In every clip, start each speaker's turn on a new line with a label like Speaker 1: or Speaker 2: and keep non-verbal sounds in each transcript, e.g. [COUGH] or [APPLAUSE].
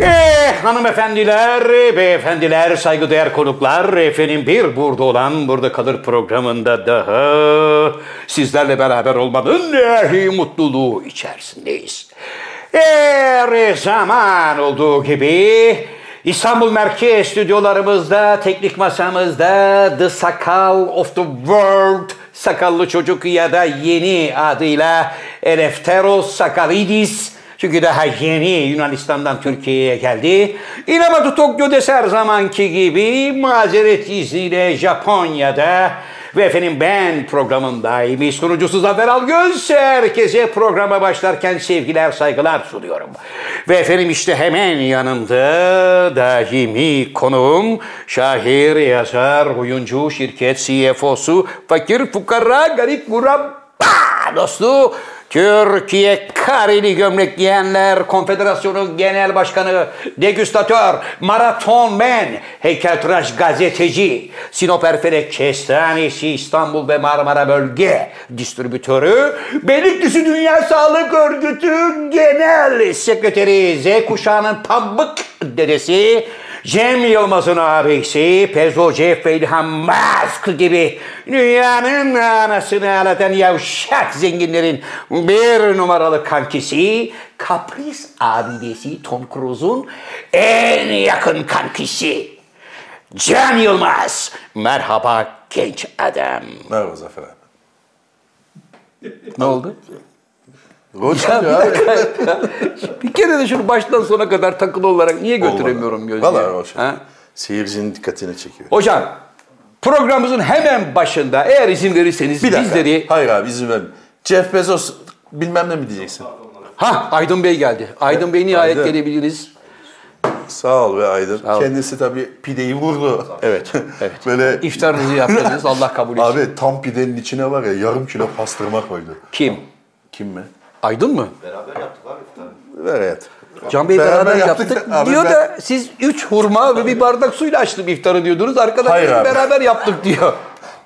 Speaker 1: Eh, hanımefendiler, beyefendiler, saygıdeğer konuklar, efendim bir burada olan burada kalır programında daha sizlerle beraber olmanın ehli mutluluğu içerisindeyiz. Her zaman olduğu gibi İstanbul Merkez stüdyolarımızda, teknik masamızda The Sakal of the World Sakallı Çocuk ya da yeni adıyla Eleftheros Sakalidis. Çünkü daha yeni Yunanistan'dan Türkiye'ye geldi. İnamatu Tokyo'des her zamanki gibi mazeret izniyle Japonya'da ve efendim ben programın daimi sunucusu Zafer Algöz. Herkese programa başlarken sevgiler saygılar sunuyorum. Ve efendim işte hemen yanımda daimi konuğum şair, yazar, oyuncu, şirket CFO'su, fakir, fukara, garip, murabba dostu Türkiye Kareli Gömlek Giyenler Konfederasyonu Genel Başkanı, degüstatör, maraton men, heykeltıraş gazeteci, Sinop Erfelek Kestanesi İstanbul ve Marmara Bölge distribütörü, Beylikdüzü Dünya Sağlık Örgütü Genel Sekreteri, Z kuşağının pambık dedesi, Cem Yılmaz'ın abisi Pezo Jeff ve İlhan Musk gibi dünyanın anasını ağlatan yavşak zenginlerin bir numaralı kankisi Kapris abidesi Tom Cruise'un en yakın kankisi Cem Yılmaz. Merhaba genç adam.
Speaker 2: Merhaba Zafer abi.
Speaker 1: Ne oldu? Ya
Speaker 2: Hocam
Speaker 1: bir dakika ya. Bir kere de şunu baştan sona kadar takılı olarak niye götüremiyorum gözüme?
Speaker 2: Valla hocam.
Speaker 1: Ha?
Speaker 2: Seyircinin dikkatini çekiyor.
Speaker 1: Hocam programımızın hemen başında eğer izin verirseniz
Speaker 2: Bir dakika.
Speaker 1: bizleri...
Speaker 2: Hayır abi izin ver. Jeff Bezos bilmem ne mi diyeceksin?
Speaker 1: Ha Aydın Bey geldi. Aydın Bey nihayet
Speaker 2: Aydın.
Speaker 1: gelebiliriz.
Speaker 2: Sağ ol ve Aydın.
Speaker 1: ol.
Speaker 2: Kendisi tabii pideyi vurdu.
Speaker 1: Evet, evet.
Speaker 2: [LAUGHS] Böyle
Speaker 1: İftarınızı yaptınız Allah kabul etsin.
Speaker 2: abi tam pidenin içine var ya yarım kilo pastırma koydu.
Speaker 1: Kim?
Speaker 2: Kim mi?
Speaker 1: Aydın mı?
Speaker 2: Evet.
Speaker 1: Can Bey beraber,
Speaker 2: Beraber
Speaker 1: yaptık,
Speaker 2: yaptık da- abi
Speaker 1: diyor
Speaker 2: ben-
Speaker 1: da siz üç hurma ve bir bardak suyla açtım iftarı diyordunuz.
Speaker 2: Hayır
Speaker 1: Arkadaşlar
Speaker 2: abi.
Speaker 1: beraber yaptık diyor.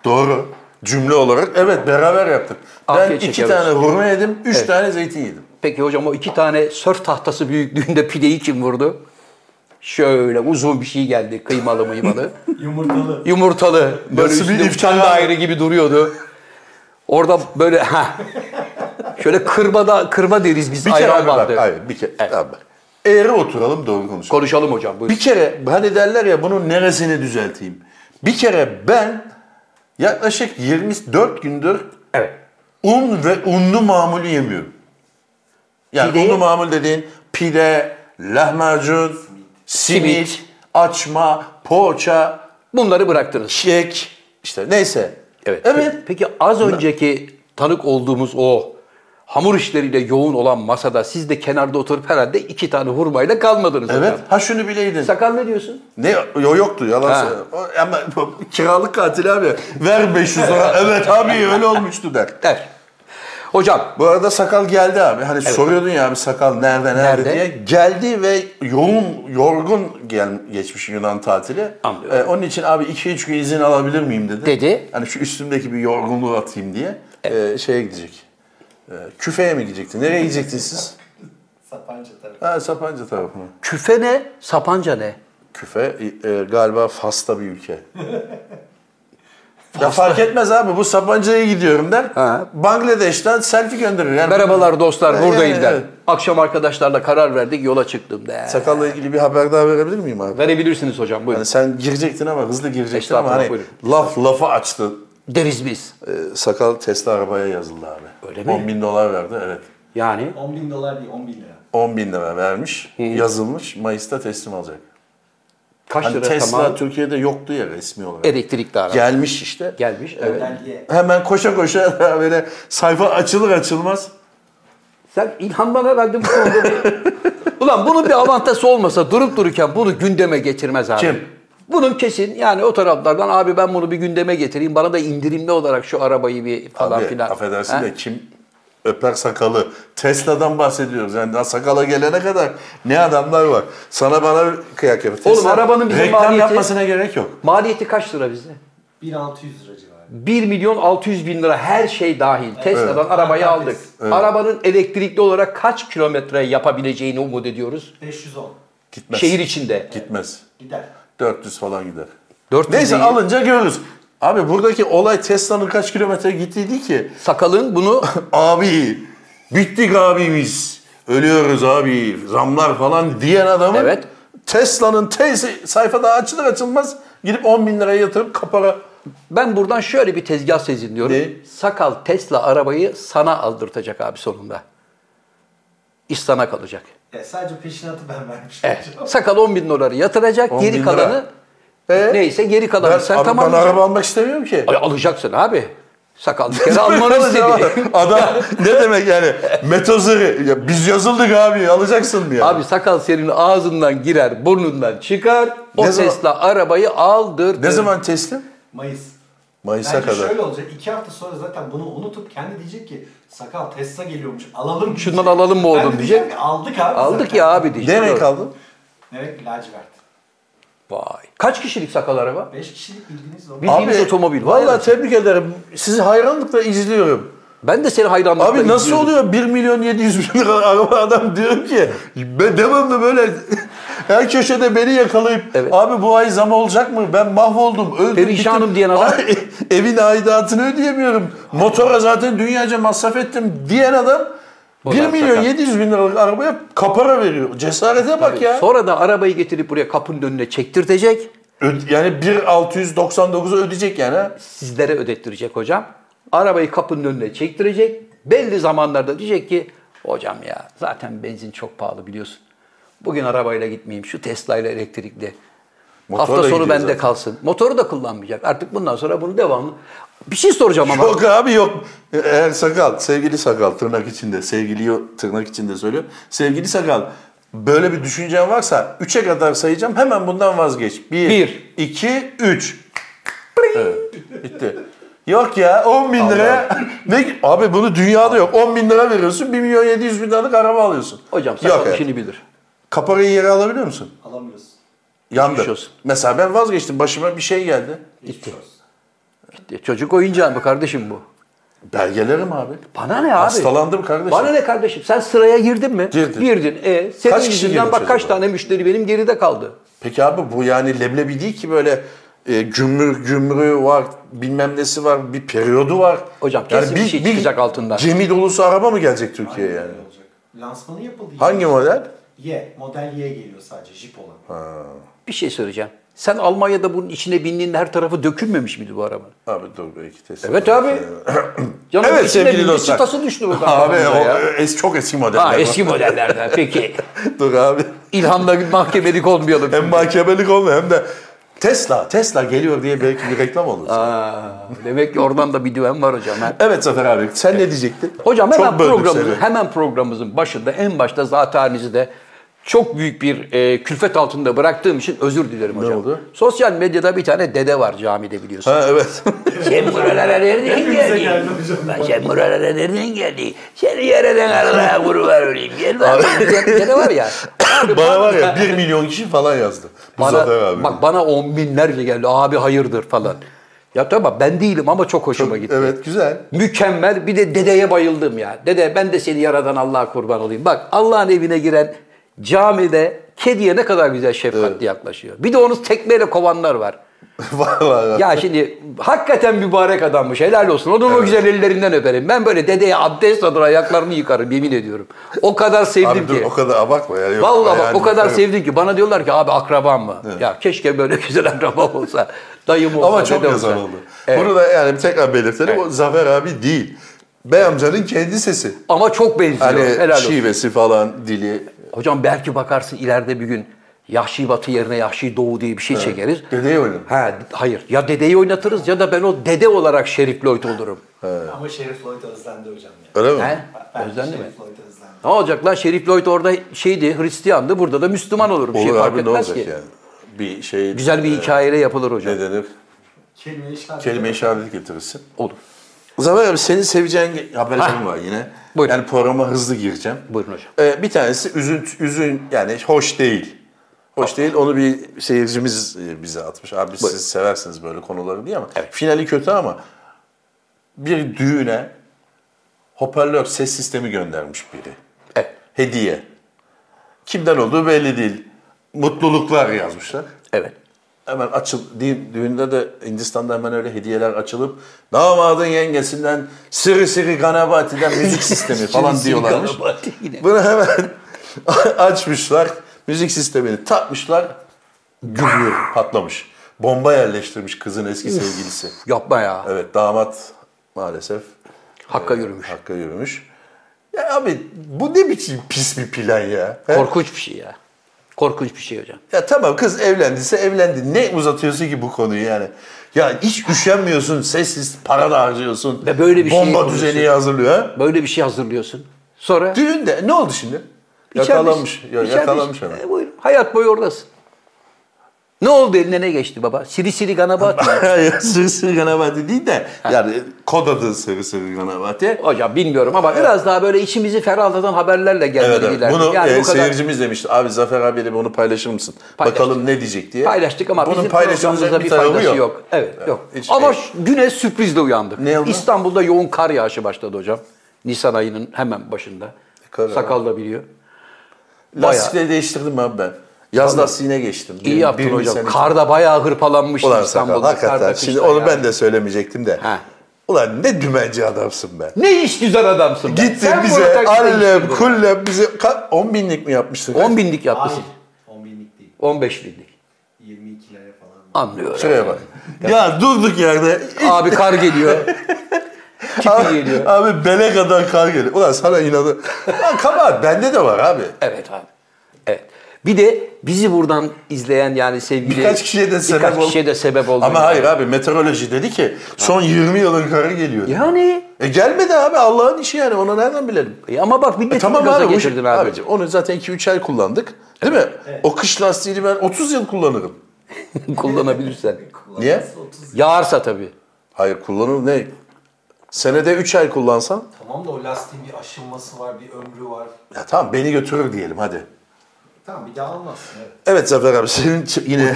Speaker 2: Doğru. Cümle olarak evet beraber yaptık. Ben
Speaker 1: Afiyet
Speaker 2: iki
Speaker 1: şeker
Speaker 2: tane hurma yedim, üç tane zeytin yedim.
Speaker 1: Peki hocam o iki tane sörf tahtası büyüklüğünde pideyi kim vurdu? Şöyle uzun bir şey geldi kıymalı mıymalı.
Speaker 3: Yumurtalı.
Speaker 1: Yumurtalı. Böyle
Speaker 2: Nasıl bir
Speaker 1: üstünde
Speaker 2: iftira?
Speaker 1: uçan daire
Speaker 2: [LAUGHS]
Speaker 1: gibi duruyordu. Orada böyle ha. Şöyle kırbada kırba deriz biz
Speaker 2: Bir kere
Speaker 1: ayran
Speaker 2: abi bak,
Speaker 1: vardı.
Speaker 2: hayır bir kere abi bak. Eğri oturalım doğru konuşalım.
Speaker 1: Konuşalım hocam buyurun.
Speaker 2: Bir kere hani derler ya bunun neresini düzelteyim. Bir kere ben yaklaşık 24 gündür
Speaker 1: Evet.
Speaker 2: un ve unlu mamulü yemiyorum. Yani
Speaker 1: Pideyi-
Speaker 2: unlu mamul dediğin pide, lahmacun, simit,
Speaker 1: Simit.
Speaker 2: açma, poğaça,
Speaker 1: Bunları bıraktınız.
Speaker 2: kek işte neyse.
Speaker 1: Evet.
Speaker 2: Evet.
Speaker 1: Pe- Peki az önceki tanık olduğumuz o hamur işleriyle yoğun olan masada siz de kenarda oturup herhalde iki tane hurmayla kalmadınız
Speaker 2: Evet.
Speaker 1: hocam.
Speaker 2: Ha şunu bileydin.
Speaker 1: Sakal ne diyorsun?
Speaker 2: Ne yo yoktu yalan
Speaker 1: Ha.
Speaker 2: söyle. O- Ama kiralık katil abi ver 500
Speaker 1: [LAUGHS]
Speaker 2: lira. evet abi öyle olmuştu der.
Speaker 1: Der. Hocam
Speaker 2: Bu arada sakal geldi abi. Hani soruyordun ya abi sakal nerede, nerede
Speaker 1: Nerede?
Speaker 2: diye. Geldi ve yoğun yorgun gel geçmiş Yunan tatili.
Speaker 1: Anlıyorum.
Speaker 2: Ee, onun için abi 2-3 gün izin alabilir miyim dedi.
Speaker 1: Dedi.
Speaker 2: Hani şu üstümdeki bir yorgunluğu atayım diye. Ee, şeye gidecek. Ee, küfeye mi gidecekti? Nereye gidecektiniz siz?
Speaker 3: Sapanca tarafı.
Speaker 2: Ha Sapanca tarafına.
Speaker 1: küfe ne? Sapanca ne?
Speaker 2: Küfe e, e, galiba Fas'ta
Speaker 1: [LAUGHS]
Speaker 2: bir ülke. ya fark etmez abi bu Sapanca'ya gidiyorum der.
Speaker 1: Ha.
Speaker 2: Bangladeş'ten selfie gönderir. Yani
Speaker 1: Merhabalar dostlar buradayım der.
Speaker 2: Evet.
Speaker 1: Akşam arkadaşlarla karar verdik yola çıktım der.
Speaker 2: Sakalla ilgili bir haber daha verebilir miyim abi?
Speaker 1: Verebilirsiniz hocam buyurun.
Speaker 2: Yani sen girecektin ama hızlı girecektin ama
Speaker 1: Estağfurullah,
Speaker 2: hani
Speaker 1: buyurun.
Speaker 2: laf lafı açtı.
Speaker 1: Deriz biz.
Speaker 2: Ee, sakal Tesla arabaya yazıldı abi.
Speaker 1: Öyle mi?
Speaker 2: 10 bin dolar verdi evet.
Speaker 1: Yani
Speaker 3: 10 bin dolar değil 10 bin lira.
Speaker 2: 10 bin lira vermiş, yazılmış, Mayıs'ta teslim alacak.
Speaker 1: kaç
Speaker 2: Hani
Speaker 1: lira
Speaker 2: Tesla
Speaker 1: tamam?
Speaker 2: Türkiye'de yoktu ya resmi olarak.
Speaker 1: Elektrikli araba.
Speaker 2: Gelmiş işte.
Speaker 1: Gelmiş evet.
Speaker 3: Belge.
Speaker 2: Hemen koşa koşa [LAUGHS] böyle sayfa açılır açılmaz.
Speaker 1: Sen İlhan'dan herhalde bu konuda bir... [LAUGHS] Ulan bunun bir avantajı olmasa durup dururken bunu gündeme getirmez abi.
Speaker 2: Kim?
Speaker 1: Bunun kesin yani o taraflardan abi ben bunu bir gündeme getireyim bana da indirimli olarak şu arabayı bir falan
Speaker 2: Abi,
Speaker 1: filan.
Speaker 2: affedersin
Speaker 1: Ha?
Speaker 2: de kim öper sakalı? Tesla'dan bahsediyoruz. Yani daha sakala gelene kadar ne adamlar var. Sana bana kıyak yapıyor.
Speaker 1: Oğlum,
Speaker 2: Tesla
Speaker 1: arabanın bizim
Speaker 2: reklam
Speaker 1: maliyeti-
Speaker 2: yapmasına gerek yok.
Speaker 1: Maliyeti kaç lira bizde?
Speaker 3: 1600 lira civarı.
Speaker 1: 1 milyon 600 bin lira her şey dahil. Tesla'dan arabayı
Speaker 3: Evet.
Speaker 1: aldık. Arabanın elektrikli olarak kaç kilometre yapabileceğini umut ediyoruz?
Speaker 3: 510.
Speaker 2: Gitmez.
Speaker 1: Şehir içinde.
Speaker 2: Gitmez.
Speaker 3: Gider.
Speaker 2: 400 falan gider.
Speaker 1: 400
Speaker 2: Neyse
Speaker 1: değil.
Speaker 2: alınca görürüz. Abi buradaki olay Tesla'nın kaç kilometre gittiydi ki?
Speaker 1: Sakalın
Speaker 2: [LAUGHS]
Speaker 1: bunu
Speaker 2: Abi bittik abimiz. Ölüyoruz abi. Zamlar falan diyen adamın
Speaker 1: Evet.
Speaker 2: Tesla'nın teyze sayfa daha açılır açılmaz gidip 10 bin liraya yatırıp kapara
Speaker 1: ben buradan şöyle bir tezgah sezinliyorum.
Speaker 2: Ne?
Speaker 1: Sakal Tesla arabayı sana aldırtacak abi sonunda. İş sana kalacak.
Speaker 3: Ya sadece peşinatı ben vermişim.
Speaker 1: Evet. Sakal 10 bin doları yatıracak.
Speaker 2: 10
Speaker 1: geri
Speaker 2: bin
Speaker 1: kalanı E,
Speaker 2: Ee?
Speaker 1: neyse geri kalanı
Speaker 2: ben,
Speaker 1: sen
Speaker 2: abi
Speaker 1: tamam.
Speaker 2: ben araba almak istemiyorum ki.
Speaker 1: Ay, alacaksın abi. Sakal
Speaker 2: [LAUGHS]
Speaker 1: bir kere almanı istedi. [LAUGHS]
Speaker 2: Adam ne demek yani metozeri ya biz yazıldık abi alacaksın mı ya?
Speaker 1: Abi sakal senin ağzından girer, burnundan çıkar. O
Speaker 2: Ne zaman-
Speaker 1: Tesla arabayı aldırdı.
Speaker 2: ne zaman teslim?
Speaker 3: [LAUGHS] Mayıs.
Speaker 2: Mayıs'a
Speaker 3: Bence
Speaker 2: kadar.
Speaker 3: şöyle olacak. iki hafta sonra zaten bunu unutup kendi diyecek ki sakal Tesla geliyormuş alalım.
Speaker 1: Şundan
Speaker 3: diyecek.
Speaker 1: alalım mı
Speaker 3: Ben de
Speaker 1: oğlum
Speaker 3: diyeceğim
Speaker 1: diyecek.
Speaker 3: ki, Aldık abi.
Speaker 1: Aldık
Speaker 3: zaten.
Speaker 1: ya abi diyecek.
Speaker 2: Ne renk
Speaker 1: Doğru.
Speaker 2: aldın?
Speaker 3: Evet lacivert.
Speaker 1: Vay. Kaç kişilik sakal araba?
Speaker 3: Beş kişilik bildiğiniz o.
Speaker 1: Bir- Bildiğimiz otomobil, vay
Speaker 2: Valla
Speaker 1: be.
Speaker 2: tebrik ederim. Sizi hayranlıkla izliyorum.
Speaker 1: Ben de seni hayranlıkla
Speaker 2: Abi nasıl
Speaker 1: izliyorum.
Speaker 2: oluyor 1 milyon 700 bin lira [LAUGHS] araba adam diyorum ki ben devamlı böyle [LAUGHS] her köşede beni yakalayıp
Speaker 1: Evet.
Speaker 2: abi bu ay zam olacak mı? Ben mahvoldum, öldüm.
Speaker 1: Perişanım
Speaker 2: bittim."
Speaker 1: diyen adam.
Speaker 2: [LAUGHS] Evin aidatını ödeyemiyorum. Motora zaten dünyaca masraf ettim diyen adam
Speaker 1: O
Speaker 2: 1
Speaker 1: da
Speaker 2: milyon
Speaker 1: şaka.
Speaker 2: 700 bin liralık arabaya kapara veriyor. Cesarete bak ya.
Speaker 1: Sonra da arabayı getirip buraya kapının önüne çektirtecek.
Speaker 2: Ö- yani 1.699'u ödeyecek yani. ha.
Speaker 1: Sizlere ödettirecek hocam. Arabayı kapının önüne çektirecek. Belli zamanlarda diyecek ki hocam ya zaten benzin çok pahalı biliyorsun. Bugün arabayla gitmeyeyim. Şu Tesla ile elektrikli.
Speaker 2: Motorla
Speaker 1: Hafta sonu
Speaker 2: gidiyor
Speaker 1: bende
Speaker 2: zaten.
Speaker 1: kalsın. Motoru da kullanmayacak. Artık bundan sonra bunu devamlı. Bir şey soracağım ama.
Speaker 2: Yok abi yok. Eğer sakal, sevgili sakal tırnak içinde, sevgili yo- tırnak içinde söylüyor. Sevgili sakal böyle bir düşüncen varsa 3'e kadar sayacağım hemen bundan vazgeç. 1,
Speaker 1: Bir.
Speaker 2: 2, 3. Bitti. Yok ya 10 bin liraya ne, abi bunu dünyada yok 10 bin lira veriyorsun 1 milyon 700 bin liralık araba alıyorsun.
Speaker 1: Hocam
Speaker 2: yok
Speaker 1: sakal
Speaker 2: ya.
Speaker 1: işini bilir.
Speaker 2: Kaparayı yere alabiliyor musun?
Speaker 3: Alamıyoruz.
Speaker 2: Yandı.
Speaker 1: Konuşuyorsun.
Speaker 2: Mesela ben vazgeçtim başıma bir şey geldi.
Speaker 3: Gitti.
Speaker 1: Gitti. Çocuk oyuncağı mı kardeşim bu?
Speaker 2: Belgelerim abi.
Speaker 1: Bana ne abi?
Speaker 2: Hastalandım kardeşim.
Speaker 1: Bana ne kardeşim? Sen sıraya girdin mi?
Speaker 2: Girdim.
Speaker 1: Girdin. E, senin
Speaker 2: Kaç kişi
Speaker 1: yüzünden
Speaker 2: girmiş
Speaker 1: bak kaç
Speaker 2: acaba?
Speaker 1: tane müşteri benim geride kaldı.
Speaker 2: Peki abi bu yani leblebi değil ki böyle e, gümrük gümrüğü var, bilmem nesi var, bir periyodu var.
Speaker 1: Hocam kesin bir şey çıkacak altından.
Speaker 2: Gemi dolusu araba mı gelecek Türkiye'ye yani?
Speaker 3: Öyle olacak. Lansmanı yapıldı.
Speaker 2: Hangi model?
Speaker 3: Y. Model Y geliyor sadece. Jeep olan.
Speaker 1: Bir şey söyleyeceğim. Sen Almanya'da bunun içine bindiğinde her tarafı dökülmemiş miydi bu arabanın?
Speaker 2: Abi dur belki teslim.
Speaker 1: Evet
Speaker 2: [CLEARS THROAT]
Speaker 1: abi. Canım
Speaker 2: Evet
Speaker 1: içine
Speaker 2: sevgili
Speaker 1: bindi,
Speaker 2: dostlar.
Speaker 1: Çıtası düştü buradan.
Speaker 2: Abi
Speaker 1: kafamıza
Speaker 2: o, [LAUGHS]
Speaker 1: ya.
Speaker 2: es, çok eski modeller.
Speaker 1: Ha,
Speaker 2: bu.
Speaker 1: eski modellerden peki.
Speaker 2: [LAUGHS] dur abi.
Speaker 1: İlhan'la bir mahkemelik olmayalım.
Speaker 2: Hem mahkemelik olma hem de Tesla, Tesla geliyor diye belki bir reklam olur.
Speaker 1: Aa, demek ki oradan da bir düven var hocam. ha.
Speaker 2: Evet Zafer abi sen ne diyecektin?
Speaker 1: Hocam hemen
Speaker 2: Çok şey. böldüm
Speaker 1: programımızın
Speaker 2: seni.
Speaker 1: hemen programımızın başında en başta zaten de çok büyük bir e, külfet altında bıraktığım için özür dilerim hocam.
Speaker 2: oldu?
Speaker 1: Sosyal medyada bir tane dede var camide biliyorsun.
Speaker 2: Ha
Speaker 1: [LAUGHS]
Speaker 2: evet.
Speaker 1: Sen buralara nereden
Speaker 3: Hepimize
Speaker 1: geldin?
Speaker 3: geldi hocam.
Speaker 1: Lan Sen buralara nereden geldin? Seni yereden Allah'a kurban olayım. Gel bak. Dede var ya. Abi
Speaker 2: Bana var ya 1 milyon kişi falan yazdı. Bu
Speaker 1: bana,
Speaker 2: Zafer abi.
Speaker 1: Bak bana on binlerce geldi. Abi hayırdır falan. Ya tamam ben değilim ama çok hoşuma gitti.
Speaker 2: Evet güzel. [LAUGHS]
Speaker 1: Mükemmel. Bir de dedeye bayıldım ya. Dede ben de seni yaradan Allah'a kurban olayım. Bak Allah'ın evine giren camide kediye ne kadar güzel şefkatli yaklaşıyor. Bir de onu tekmeyle kovanlar var.
Speaker 2: Var var var.
Speaker 1: Ya şimdi hakikaten mübarek adammış. Helal olsun. Onun o güzel ellerinden öperim. Ben böyle dedeye abdest adına ayaklarını yıkarım yemin ediyorum. O kadar sevdim
Speaker 2: Abi dur
Speaker 1: ki.
Speaker 2: o kadar abartma ya. Yok,
Speaker 1: Vallahi bak
Speaker 2: yani-
Speaker 1: o kadar
Speaker 2: Evet.
Speaker 1: sevdim ki bana diyorlar ki abi akraban mı? Ya keşke böyle [LAUGHS] güzel akrabam olsa. Dayım olsa.
Speaker 2: Ama çok
Speaker 1: dede
Speaker 2: yazar
Speaker 1: olsa.
Speaker 2: oldu.
Speaker 1: Evet.
Speaker 2: Bunu da yani tekrar belirtelim.
Speaker 1: Evet.
Speaker 2: O Zafer abi değil. Bey amcanın kendi sesi.
Speaker 1: Ama çok benziyor.
Speaker 2: Hani
Speaker 1: Helal olsun.
Speaker 2: şivesi falan, dili.
Speaker 1: Hocam belki bakarsın ileride bir gün Yahşi Batı yerine Yahşi Doğu diye bir şey çekeriz.
Speaker 2: Dedeyi oynadı.
Speaker 1: Ha, hayır. Ya dedeyi oynatırız ya da ben o dede olarak Şerif Lloyd olurum.
Speaker 3: Ama Şerif Lloyd özlendi hocam ya.
Speaker 2: Öyle mi?
Speaker 1: He?
Speaker 3: Ben
Speaker 1: Özlendi mi?
Speaker 3: Şerif Lloyd özlendi.
Speaker 1: Ne olacak lan? Şerif Lloyd orada şeydi, Hristiyandı. Burada da Müslüman olur. Bir
Speaker 2: Olur
Speaker 1: şey fark
Speaker 2: abi ne
Speaker 1: etmez
Speaker 2: olacak
Speaker 1: ki.
Speaker 2: yani? Bir şey...
Speaker 1: Güzel bir
Speaker 2: e,
Speaker 1: hikayeyle yapılır hocam.
Speaker 2: Ne denir?
Speaker 3: Kelime işler.
Speaker 2: Kelime-i şehadet getirirsin.
Speaker 1: Olur.
Speaker 2: Zafer abi senin seveceğin ge- haberlerim var yine.
Speaker 1: Buyurun.
Speaker 2: Yani programa hızlı gireceğim.
Speaker 1: Buyurun hocam.
Speaker 2: Ee, bir tanesi üzüntü, üzün yani hoş değil. Hoş değil. Onu bir seyircimiz e, bize atmış. Abi siz seversiniz böyle konuları diye ama finali kötü ama bir düğüne hoparlör ses sistemi göndermiş biri.
Speaker 1: Evet.
Speaker 2: Hediye. Kimden olduğu belli değil. mutluluklar yazmışlar.
Speaker 1: Evet.
Speaker 2: Hemen açıl, dü- düğünde de Hindistan'da hemen öyle hediyeler açılıp damadın yengesinden Siri Siri Ganabati'den müzik sistemi falan
Speaker 1: Siri Siri
Speaker 2: diyorlarmış.
Speaker 1: Ganabati yine.
Speaker 2: Bunu hemen [LAUGHS] açmışlar, müzik sistemini takmışlar, gülüyor, patlamış. Bomba yerleştirmiş kızın eski sevgilisi.
Speaker 1: Yapma ya.
Speaker 2: Evet damat maalesef
Speaker 1: Hakka yürümüş.
Speaker 2: hakka yürümüş. Ya abi bu ne biçim pis bir plan ya? He?
Speaker 1: Korkunç bir şey ya. Korkunç bir şey hocam.
Speaker 2: Ya tamam kız evlendiyse evlendi. Ne uzatıyorsun ki bu konuyu yani? Ya hiç üşenmiyorsun, sessiz para da harcıyorsun.
Speaker 1: Ve böyle bir şey
Speaker 2: Bomba
Speaker 1: yapıyorsun.
Speaker 2: düzeni hazırlıyor ha?
Speaker 1: Böyle bir şey hazırlıyorsun. Sonra
Speaker 2: Düğünde ne oldu şimdi?
Speaker 1: içeride-
Speaker 2: Yakalanmış. Ya,
Speaker 1: içeride-
Speaker 2: yakalanmış hemen. [LAUGHS]
Speaker 1: E, buyur. Hayat boyu oradasın. Ne oldu eline ne geçti baba? Siri siri
Speaker 2: [LAUGHS]
Speaker 1: ganabat mı?
Speaker 2: Ya, Sırı sırı ganabati değil de yani kod adı sırı sırı ganabati.
Speaker 1: Hocam bilmiyorum ama biraz daha böyle içimizi ferahlatan haberlerle gelmeli
Speaker 2: Evet, evet.
Speaker 1: ileride.
Speaker 2: Bunu
Speaker 1: yani
Speaker 2: e,
Speaker 1: bu kadar
Speaker 2: seyircimiz demişti. Abi Zafer abiyle bunu paylaşır mısın?
Speaker 1: Paylaştık.
Speaker 2: Bakalım ne diyecek diye.
Speaker 1: paylaştık ama
Speaker 2: Bunun
Speaker 1: bizim
Speaker 2: paylaşılacak
Speaker 1: programımızda bir
Speaker 2: tarafı
Speaker 1: faydası yok. Evet, yok.
Speaker 2: hiç-
Speaker 1: ama
Speaker 2: e-
Speaker 1: şu- güne sürprizle uyandık.
Speaker 2: Ne oldu?
Speaker 1: İstanbul'da yoğun kar yağışı başladı hocam. Nisan ayının hemen başında.
Speaker 2: E, kar ya.
Speaker 1: Sakal da biliyor.
Speaker 2: Lastikleri değiştirdim abi ben. Yaz lastiğine geçtim.
Speaker 1: İyi
Speaker 2: Bir-
Speaker 1: yaptın
Speaker 2: birinci
Speaker 1: hocam.
Speaker 2: sene-
Speaker 1: Karda bayağı hırpalanmıştı
Speaker 2: Ulan sakal
Speaker 1: İstanbul'da.
Speaker 2: hakikaten.
Speaker 1: karda,
Speaker 2: Şimdi
Speaker 1: kışta
Speaker 2: onu
Speaker 1: ya.
Speaker 2: ben de söylemeyecektim de.
Speaker 1: Ha.
Speaker 2: Ulan ne dümenci adamsın be.
Speaker 1: Ne iş güzel adamsın. be.
Speaker 2: Gittin
Speaker 1: Sen bu
Speaker 2: bize
Speaker 1: ortaklıkta
Speaker 2: allem
Speaker 1: işin bu.
Speaker 2: kullem bize ka- 10 binlik mi yapmıştık?
Speaker 1: 10 binlik
Speaker 3: Hayır.
Speaker 1: yapmışsın.
Speaker 3: 10 binlik değil.
Speaker 1: 15 binlik.
Speaker 3: 22'lere falan.
Speaker 1: Anlıyorum.
Speaker 2: Şuraya bak. ya durduk yerde.
Speaker 1: Abi kar geliyor. [LAUGHS] Tipi
Speaker 2: Abi,
Speaker 1: geliyor.
Speaker 2: abi bele kadar kar geliyor. Ulan
Speaker 1: [LAUGHS]
Speaker 2: sana inadı. Lan kabahat bende de var abi.
Speaker 1: Evet abi. Evet. Bir de bizi buradan izleyen yani sevgili
Speaker 2: Birkaç kişiye de sebep
Speaker 1: birkaç
Speaker 2: ol-
Speaker 1: kişiye de sebep oldu.
Speaker 2: Ama
Speaker 1: yani.
Speaker 2: hayır abi meteoroloji dedi ki son 20 yılın karı geliyor. dedi.
Speaker 1: Yani
Speaker 2: E gelmedi abi Allah'ın işi yani onu nereden bilelim?
Speaker 1: e ama bak bir de
Speaker 2: E tamam
Speaker 1: gaza
Speaker 2: abi, bu-
Speaker 1: getirdin abi.
Speaker 2: abicim, onu zaten 2-3 ay kullandık. Değil mi? O kış lastiğini ben 30 yıl kullanırım.
Speaker 1: [LAUGHS] Kullanabilirsen.
Speaker 2: Niye?
Speaker 3: 30.
Speaker 1: Yağarsa tabii.
Speaker 2: Hayır kullanırım ne? Senede 3 ay kullansan
Speaker 3: Tamam da o lastiğin bir aşınması var, bir ömrü var.
Speaker 2: ya tamam beni götürür diyelim hadi.
Speaker 3: Tamam bir daha almazsın. Evet.
Speaker 2: Evet Zafer abi senin ç- yine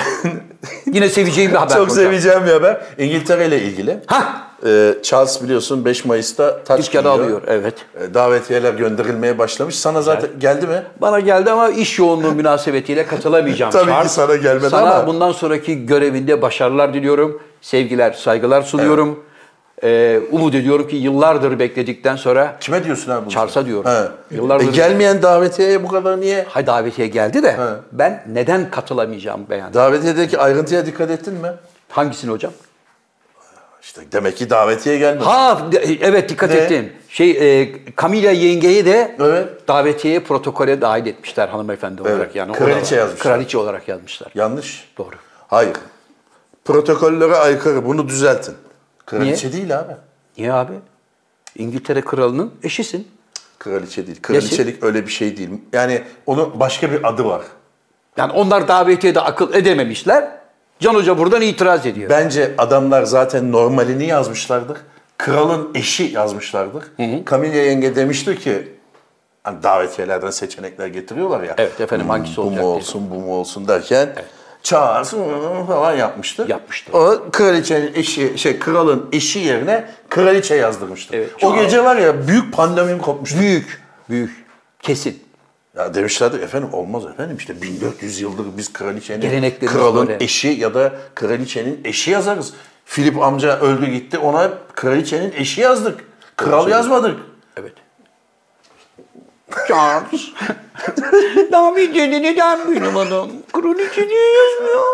Speaker 1: Yine seveceğim bir haber.
Speaker 2: [LAUGHS] çok
Speaker 1: hocam.
Speaker 2: seveceğim bir haber. İngiltere ile ilgili.
Speaker 1: Hah!
Speaker 2: Ee, Charles biliyorsun 5 Mayıs'ta taç
Speaker 1: Dükkanı
Speaker 2: giyiyor.
Speaker 1: alıyor evet.
Speaker 2: Ee, davetiyeler gönderilmeye başlamış. Sana zaten geldi mi?
Speaker 1: Bana geldi ama iş yoğunluğu münasebetiyle katılamayacağım.
Speaker 2: [LAUGHS] Tabii ki
Speaker 1: Charles.
Speaker 2: sana gelmedi
Speaker 1: sana
Speaker 2: ama-
Speaker 1: bundan sonraki görevinde başarılar diliyorum. Sevgiler, saygılar sunuyorum. Ee, umut ediyorum ki yıllardır bekledikten sonra
Speaker 2: Kime diyorsun abi bunu?
Speaker 1: Charles'a diyorum.
Speaker 2: He.
Speaker 1: Yıllardır-
Speaker 2: E, gelmeyen davetiyeye bu kadar niye?
Speaker 1: hay davetiye geldi de
Speaker 2: He.
Speaker 1: ben neden katılamayacağım beğendim.
Speaker 2: Davetiyedeki ayrıntıya dikkat ettin mi?
Speaker 1: Hangisini hocam?
Speaker 2: İşte demek ki davetiye gelmedi.
Speaker 1: Ha de- evet dikkat
Speaker 2: Ne?
Speaker 1: ettim. Şey e, Camilla yengeyi de
Speaker 2: Evet.
Speaker 1: davetiyeye protokole dahil etmişler hanımefendi olarak yani. O
Speaker 2: Kraliçe
Speaker 1: da-
Speaker 2: yazmışlar.
Speaker 1: Kraliçe olarak yazmışlar.
Speaker 2: Yanlış.
Speaker 1: Doğru.
Speaker 2: Hayır. Protokollere aykırı. Bunu düzeltin. Kraliçe değil abi.
Speaker 1: Niye abi? İngiltere kralının eşisin.
Speaker 2: Kraliçe değil. Kraliçelik öyle bir şey değil. Yani onun başka bir adı var.
Speaker 1: Yani onlar davetiye de akıl edememişler. Can Hoca buradan itiraz ediyor.
Speaker 2: Bence adamlar zaten normalini yazmışlardır. Kralın eşi yazmışlardır. Camilla yenge demişti ki hani davetiyelerden seçenekler getiriyorlar ya.
Speaker 1: Evet efendim, hangisi
Speaker 2: Hmm, bu
Speaker 1: olacak
Speaker 2: mu
Speaker 1: diye."
Speaker 2: olsun bu mu olsun derken Charles "Hmm" falan yapmıştı.
Speaker 1: Yapmıştı.
Speaker 2: O kraliçenin eşi şey kralın eşi yerine kraliçe yazdırmıştı.
Speaker 1: Evet,
Speaker 2: o
Speaker 1: Charles-
Speaker 2: gece var ya büyük pandemim kopmuştu.
Speaker 1: Büyük, büyük. Kesin.
Speaker 2: Ya demişlerdi efendim olmaz efendim işte 1400 yıldır biz kraliçenin
Speaker 1: Geleneklerimiz
Speaker 2: kralın
Speaker 1: böyle.
Speaker 2: eşi ya da kraliçenin eşi yazarız. Filip amca öldü gitti ona kraliçenin eşi yazdık. Kral yazmadık.
Speaker 1: Evet. [LAUGHS] Charles. Davetiye'de neden benim adam? Kraliçe niye yazmıyor?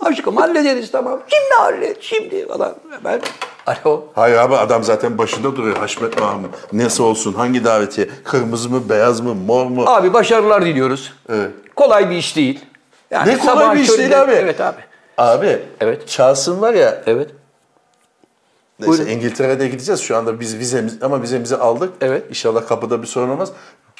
Speaker 1: Aşkım hallederiz tamam. Şimdi hallet şimdi falan. Ben, alo.
Speaker 2: Hayır abi adam zaten başında duruyor Haşmet Mahmut. Nasıl olsun hangi davetiye? Kırmızı mı beyaz mı mor mu?
Speaker 1: Abi başarılar diliyoruz.
Speaker 2: Evet.
Speaker 1: Kolay bir iş değil. Yani
Speaker 2: Ne kolay
Speaker 1: sabahın
Speaker 2: bir iş
Speaker 1: köründe-
Speaker 2: değil abi.
Speaker 1: Evet abi.
Speaker 2: Abi
Speaker 1: Evet.
Speaker 2: Charles'ın var ya
Speaker 1: Evet.
Speaker 2: Neyse
Speaker 1: Buyurun.
Speaker 2: İngiltere'de gideceğiz şu anda biz vizemiz ama vizemizi aldık.
Speaker 1: Evet.
Speaker 2: İnşallah kapıda bir sorun olmaz.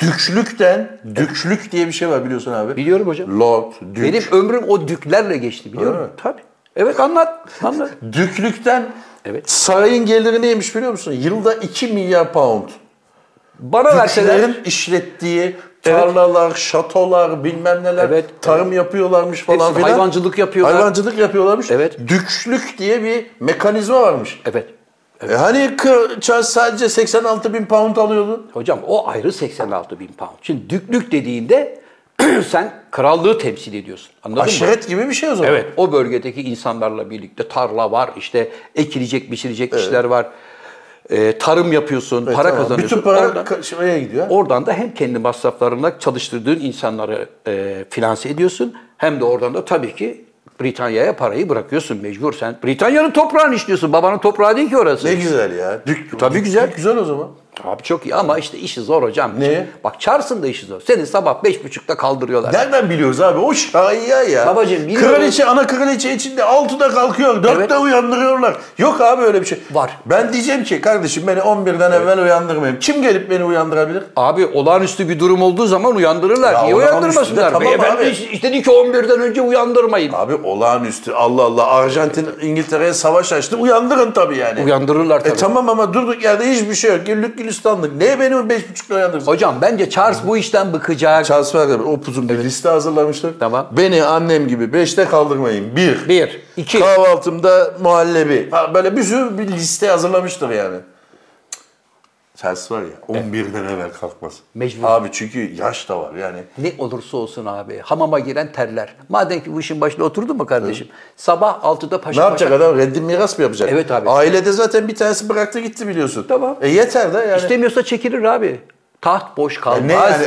Speaker 2: Dükslükten, dükslük diye bir şey var biliyorsun abi.
Speaker 1: Biliyorum hocam.
Speaker 2: Lord, dük.
Speaker 1: Benim ömrüm o düklerle geçti biliyor
Speaker 2: Öyle
Speaker 1: musun?
Speaker 2: mi?
Speaker 1: Tabii. Evet anlat.
Speaker 2: [LAUGHS]
Speaker 1: Anlat.
Speaker 2: Düklükten
Speaker 1: Evet.
Speaker 2: sarayın geliri neymiş biliyor musun? Yılda 2 milyar pound.
Speaker 1: Bana verseler
Speaker 2: Düklerin işlettiği tarlalar, şatolar, bilmem neler,
Speaker 1: Evet,
Speaker 2: tarım yapıyorlarmış falan
Speaker 1: Hepsi
Speaker 2: filan.
Speaker 1: hayvancılık yapıyorlar.
Speaker 2: Hayvancılık yapıyorlarmış.
Speaker 1: Evet.
Speaker 2: Düklük diye bir mekanizma varmış.
Speaker 1: Evet.
Speaker 2: E hani kı- Charles sadece 86 bin pound alıyordu.
Speaker 1: Hocam o ayrı 86 bin pound. Şimdi düklük dediğinde [CLEARS THROAT] sen krallığı temsil ediyorsun. Anladın mı?
Speaker 2: Aşiret gibi bir şey [LAUGHS] o zaman.
Speaker 1: Evet, o bölgedeki insanlarla birlikte tarla var, işte ekilecek, biçilecek işler var. Ee, tarım yapıyorsun,
Speaker 2: Evet,
Speaker 1: para
Speaker 2: E, tamam.
Speaker 1: kazanıyorsun.
Speaker 2: Bütün para
Speaker 1: oradan,
Speaker 2: ka- şuraya gidiyor.
Speaker 1: oradan da hem kendi masraflarına çalıştırdığın insanları e, finanse ediyorsun, hem de oradan da tabii ki Britanya'ya parayı bırakıyorsun mecbur sen. Britanya'nın toprağını işliyorsun, babanın toprağı değil ki orası.
Speaker 2: Ne güzel ya. Dük,
Speaker 1: Tabii
Speaker 2: dük-
Speaker 1: güzel.
Speaker 2: dük güzel o zaman.
Speaker 1: Abi çok iyi ama işte işi zor hocam.
Speaker 2: Ne?
Speaker 1: Bak Charles'ın da işi zor. Seni sabah beş buçukta kaldırıyorlar.
Speaker 2: Nereden biliyoruz abi? O şaya ya.
Speaker 1: Babacığım, biliyoruz.
Speaker 2: Kraliçe, ana kraliçe içinde 6'da kalkıyor, 4'te
Speaker 1: Evet.
Speaker 2: uyandırıyorlar. Yok abi öyle bir şey.
Speaker 1: Var.
Speaker 2: Ben diyeceğim ki kardeşim beni 11'den evvel uyandırmayın. Kim gelip beni uyandırabilir?
Speaker 1: Abi olağanüstü bir durum olduğu zaman uyandırırlar.
Speaker 2: Ya
Speaker 1: Niye
Speaker 2: olağanüstü
Speaker 1: uyandırmasınlar?
Speaker 2: de tamam
Speaker 1: Beyefendi
Speaker 2: abi.
Speaker 1: is- istedi ki 11'den önce uyandırmayın.
Speaker 2: Abi olağanüstü. Allah Allah. Arjantin İngiltere'ye savaş açtı. Uyandırın tabii yani.
Speaker 1: Uyandırırlar tabii.
Speaker 2: E tamam ama durduk yerde hiçbir şey yok. Güllük gülistanlık. Neye beni 5.30'da uyandırsın?
Speaker 1: Hocam bence Charles bu işten bıkacak.
Speaker 2: Charles Berger upuzun bir liste hazırlamışlar.
Speaker 1: Tamam.
Speaker 2: Beni annem gibi 5'te kaldırmayın. 1.
Speaker 1: Bir, iki.
Speaker 2: Kahvaltımda muhallebi. Ha, böyle bir sürü bir liste hazırlamıştır yani. Cık. Charles var ya 11'den evvel kalkmaz.
Speaker 1: Mecbur.
Speaker 2: Abi çünkü yaş da var yani.
Speaker 1: Ne olursa olsun abi. Hamama giren terler. Madem ki bu işin başına oturdun mu kardeşim? Sabah 6'da paşa
Speaker 2: Ne yapacak
Speaker 1: paşa.
Speaker 2: adam? Reddin miras mı yapacak?
Speaker 1: Evet abi.
Speaker 2: Ailede zaten bir tanesi bıraktı gitti biliyorsun.
Speaker 1: Tamam.
Speaker 2: E yeter de yani.
Speaker 1: İstemiyorsa çekilir abi. Taht boş kalmaz.
Speaker 2: E, Ne yani?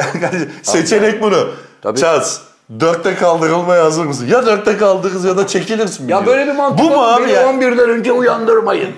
Speaker 2: [LAUGHS] Seçenek bunu.
Speaker 1: Tabii.
Speaker 2: Charles, dörtte kaldırılmaya hazır mısın? Ya dörtte kaldırırız ya da çekilirsin.
Speaker 1: Ya
Speaker 2: diyor.
Speaker 1: böyle bir mantık
Speaker 2: Bu mu
Speaker 1: olur.
Speaker 2: abi
Speaker 1: Beni
Speaker 2: ya?
Speaker 1: 11'den önce uyandırmayın.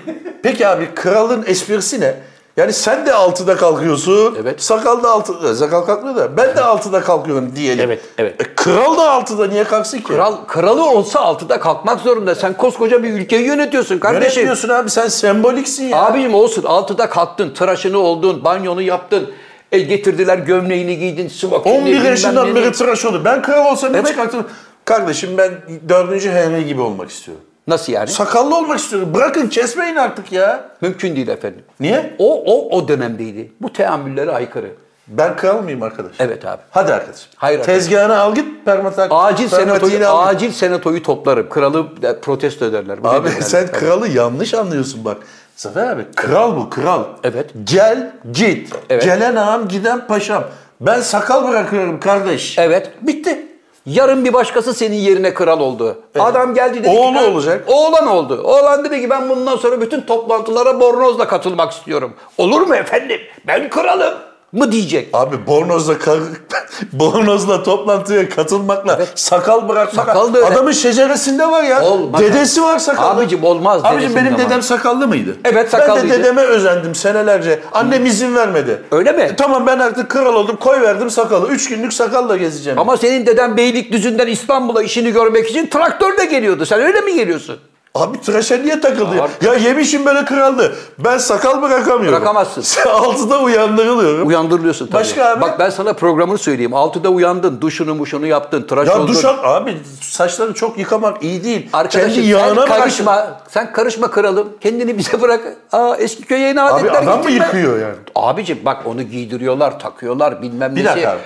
Speaker 2: Peki abi kralın esprisi ne? Yani sen de altıda kalkıyorsun.
Speaker 1: Evet.
Speaker 2: Sakal da altı, e, sakal kalkmıyor da ben de altıda kalkıyorum diyelim.
Speaker 1: Evet, evet.
Speaker 2: E, kral da altıda niye kalksın ki?
Speaker 1: Kral, kralı olsa 6'da kalkmak zorunda. Sen koskoca bir ülkeyi yönetiyorsun kardeşim.
Speaker 2: Yönetmiyorsun abi sen semboliksin ya.
Speaker 1: Abicim olsun altıda kalktın, tıraşını oldun, banyonu yaptın. E getirdiler gömleğini giydin, smokinini
Speaker 2: 11
Speaker 1: bilmem
Speaker 2: yaşından
Speaker 1: neyini.
Speaker 2: beri tıraş oldu. Ben kral olsam evet.
Speaker 1: Evet.
Speaker 2: kalktım? Kardeşim ben 4. Henry gibi olmak istiyorum.
Speaker 1: Nasıl yani?
Speaker 2: Sakallı olmak istiyorum. Bırakın kesmeyin artık ya.
Speaker 1: Mümkün değil efendim.
Speaker 2: Niye?
Speaker 1: O, o, o dönemdeydi. Bu teamüllere aykırı.
Speaker 2: Ben kral mıyım arkadaş?
Speaker 1: Evet abi.
Speaker 2: Hadi arkadaş.
Speaker 1: Hayır arkadaş.
Speaker 2: Tezgahını al git permatak.
Speaker 1: Acil senatoyu,
Speaker 2: al git.
Speaker 1: acil senatoyu toplarım. Kralı de- protesto ederler. Bu
Speaker 2: Abi
Speaker 1: nedenle.
Speaker 2: [LAUGHS] sen kralı yanlış anlıyorsun bak. Zafer abi kral bu kral.
Speaker 1: Evet.
Speaker 2: Gel git.
Speaker 1: Evet.
Speaker 2: Gelen ağam giden paşam. Ben sakal bırakıyorum kardeş.
Speaker 1: Evet.
Speaker 2: Bitti.
Speaker 1: Yarın bir başkası senin yerine kral oldu. Adam geldi dedi ki-
Speaker 2: Oğlu olacak.
Speaker 1: Oğlan oldu. Oğlan dedi ki ben bundan sonra bütün toplantılara bornozla katılmak istiyorum. Olur mu efendim? Ben kralım mı diyecek.
Speaker 2: Abi bornozla kar- [LAUGHS] bornozla toplantıya katılmakla
Speaker 1: Evet.
Speaker 2: sakal bırakmak.
Speaker 1: Sakal da öyle.
Speaker 2: Adamın şeceresinde var ya.
Speaker 1: Olmaz.
Speaker 2: Dedesi var sakallı.
Speaker 1: Abicim olmaz
Speaker 2: Abicim
Speaker 1: dedesinde
Speaker 2: benim
Speaker 1: var.
Speaker 2: dedem sakallı mıydı?
Speaker 1: Evet,
Speaker 2: Ben
Speaker 1: sakallıydı.
Speaker 2: de dedeme özendim senelerce. Annem izin vermedi.
Speaker 1: Öyle mi?
Speaker 2: E, tamam ben artık kral oldum. Koy verdim sakalı. Üç günlük sakalla gezeceğim.
Speaker 1: Ama senin deden Beylikdüzü'nden İstanbul'a işini görmek için traktörle geliyordu. Sen öyle mi geliyorsun?
Speaker 2: Abi tıraşa niye takıldı? ya?
Speaker 1: Abi.
Speaker 2: Ya yemişim böyle kraldı. Ben sakal bırakamıyorum.
Speaker 1: Bırakamazsın.
Speaker 2: Sen [LAUGHS] Altıda uyandırılıyorum.
Speaker 1: Uyandırılıyorsun tabii.
Speaker 2: Başka abi?
Speaker 1: Bak ben sana programını söyleyeyim. Altıda uyandın, duşunu muşunu yaptın, tıraş
Speaker 2: ya
Speaker 1: oldun.
Speaker 2: duş al. Abi saçları çok yıkamak iyi değil.
Speaker 1: Arkadaşım
Speaker 2: Kendi
Speaker 1: sen
Speaker 2: yağına
Speaker 1: karışma.
Speaker 2: karışma.
Speaker 1: Sen karışma kralım. Kendini bize bırak. Aa eski köye yeni adetler
Speaker 2: Abi adam mı
Speaker 1: getirme.
Speaker 2: yıkıyor yani?
Speaker 1: Abicim bak onu giydiriyorlar, takıyorlar bilmem
Speaker 2: Bir
Speaker 1: nesi.
Speaker 2: dakika abi.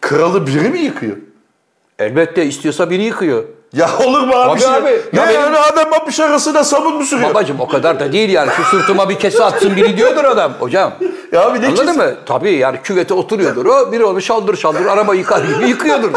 Speaker 2: Kralı biri mi yıkıyor?
Speaker 1: Elbette istiyorsa biri yıkıyor.
Speaker 2: Ya olur mu abi?
Speaker 1: Abi
Speaker 2: şey?
Speaker 1: abi,
Speaker 2: Ne
Speaker 1: ya
Speaker 2: yani adam yapmış arasına sabun mu sürüyor?
Speaker 1: Babacım o kadar da değil yani. Şu sırtıma bir kese atsın biri diyordur adam. Hocam.
Speaker 2: Ya abi ne
Speaker 1: Anladın
Speaker 2: kesi-
Speaker 1: mı? Tabii yani küvete oturuyordur o. Biri onu şaldır şaldır araba yıkar gibi yıkıyordur.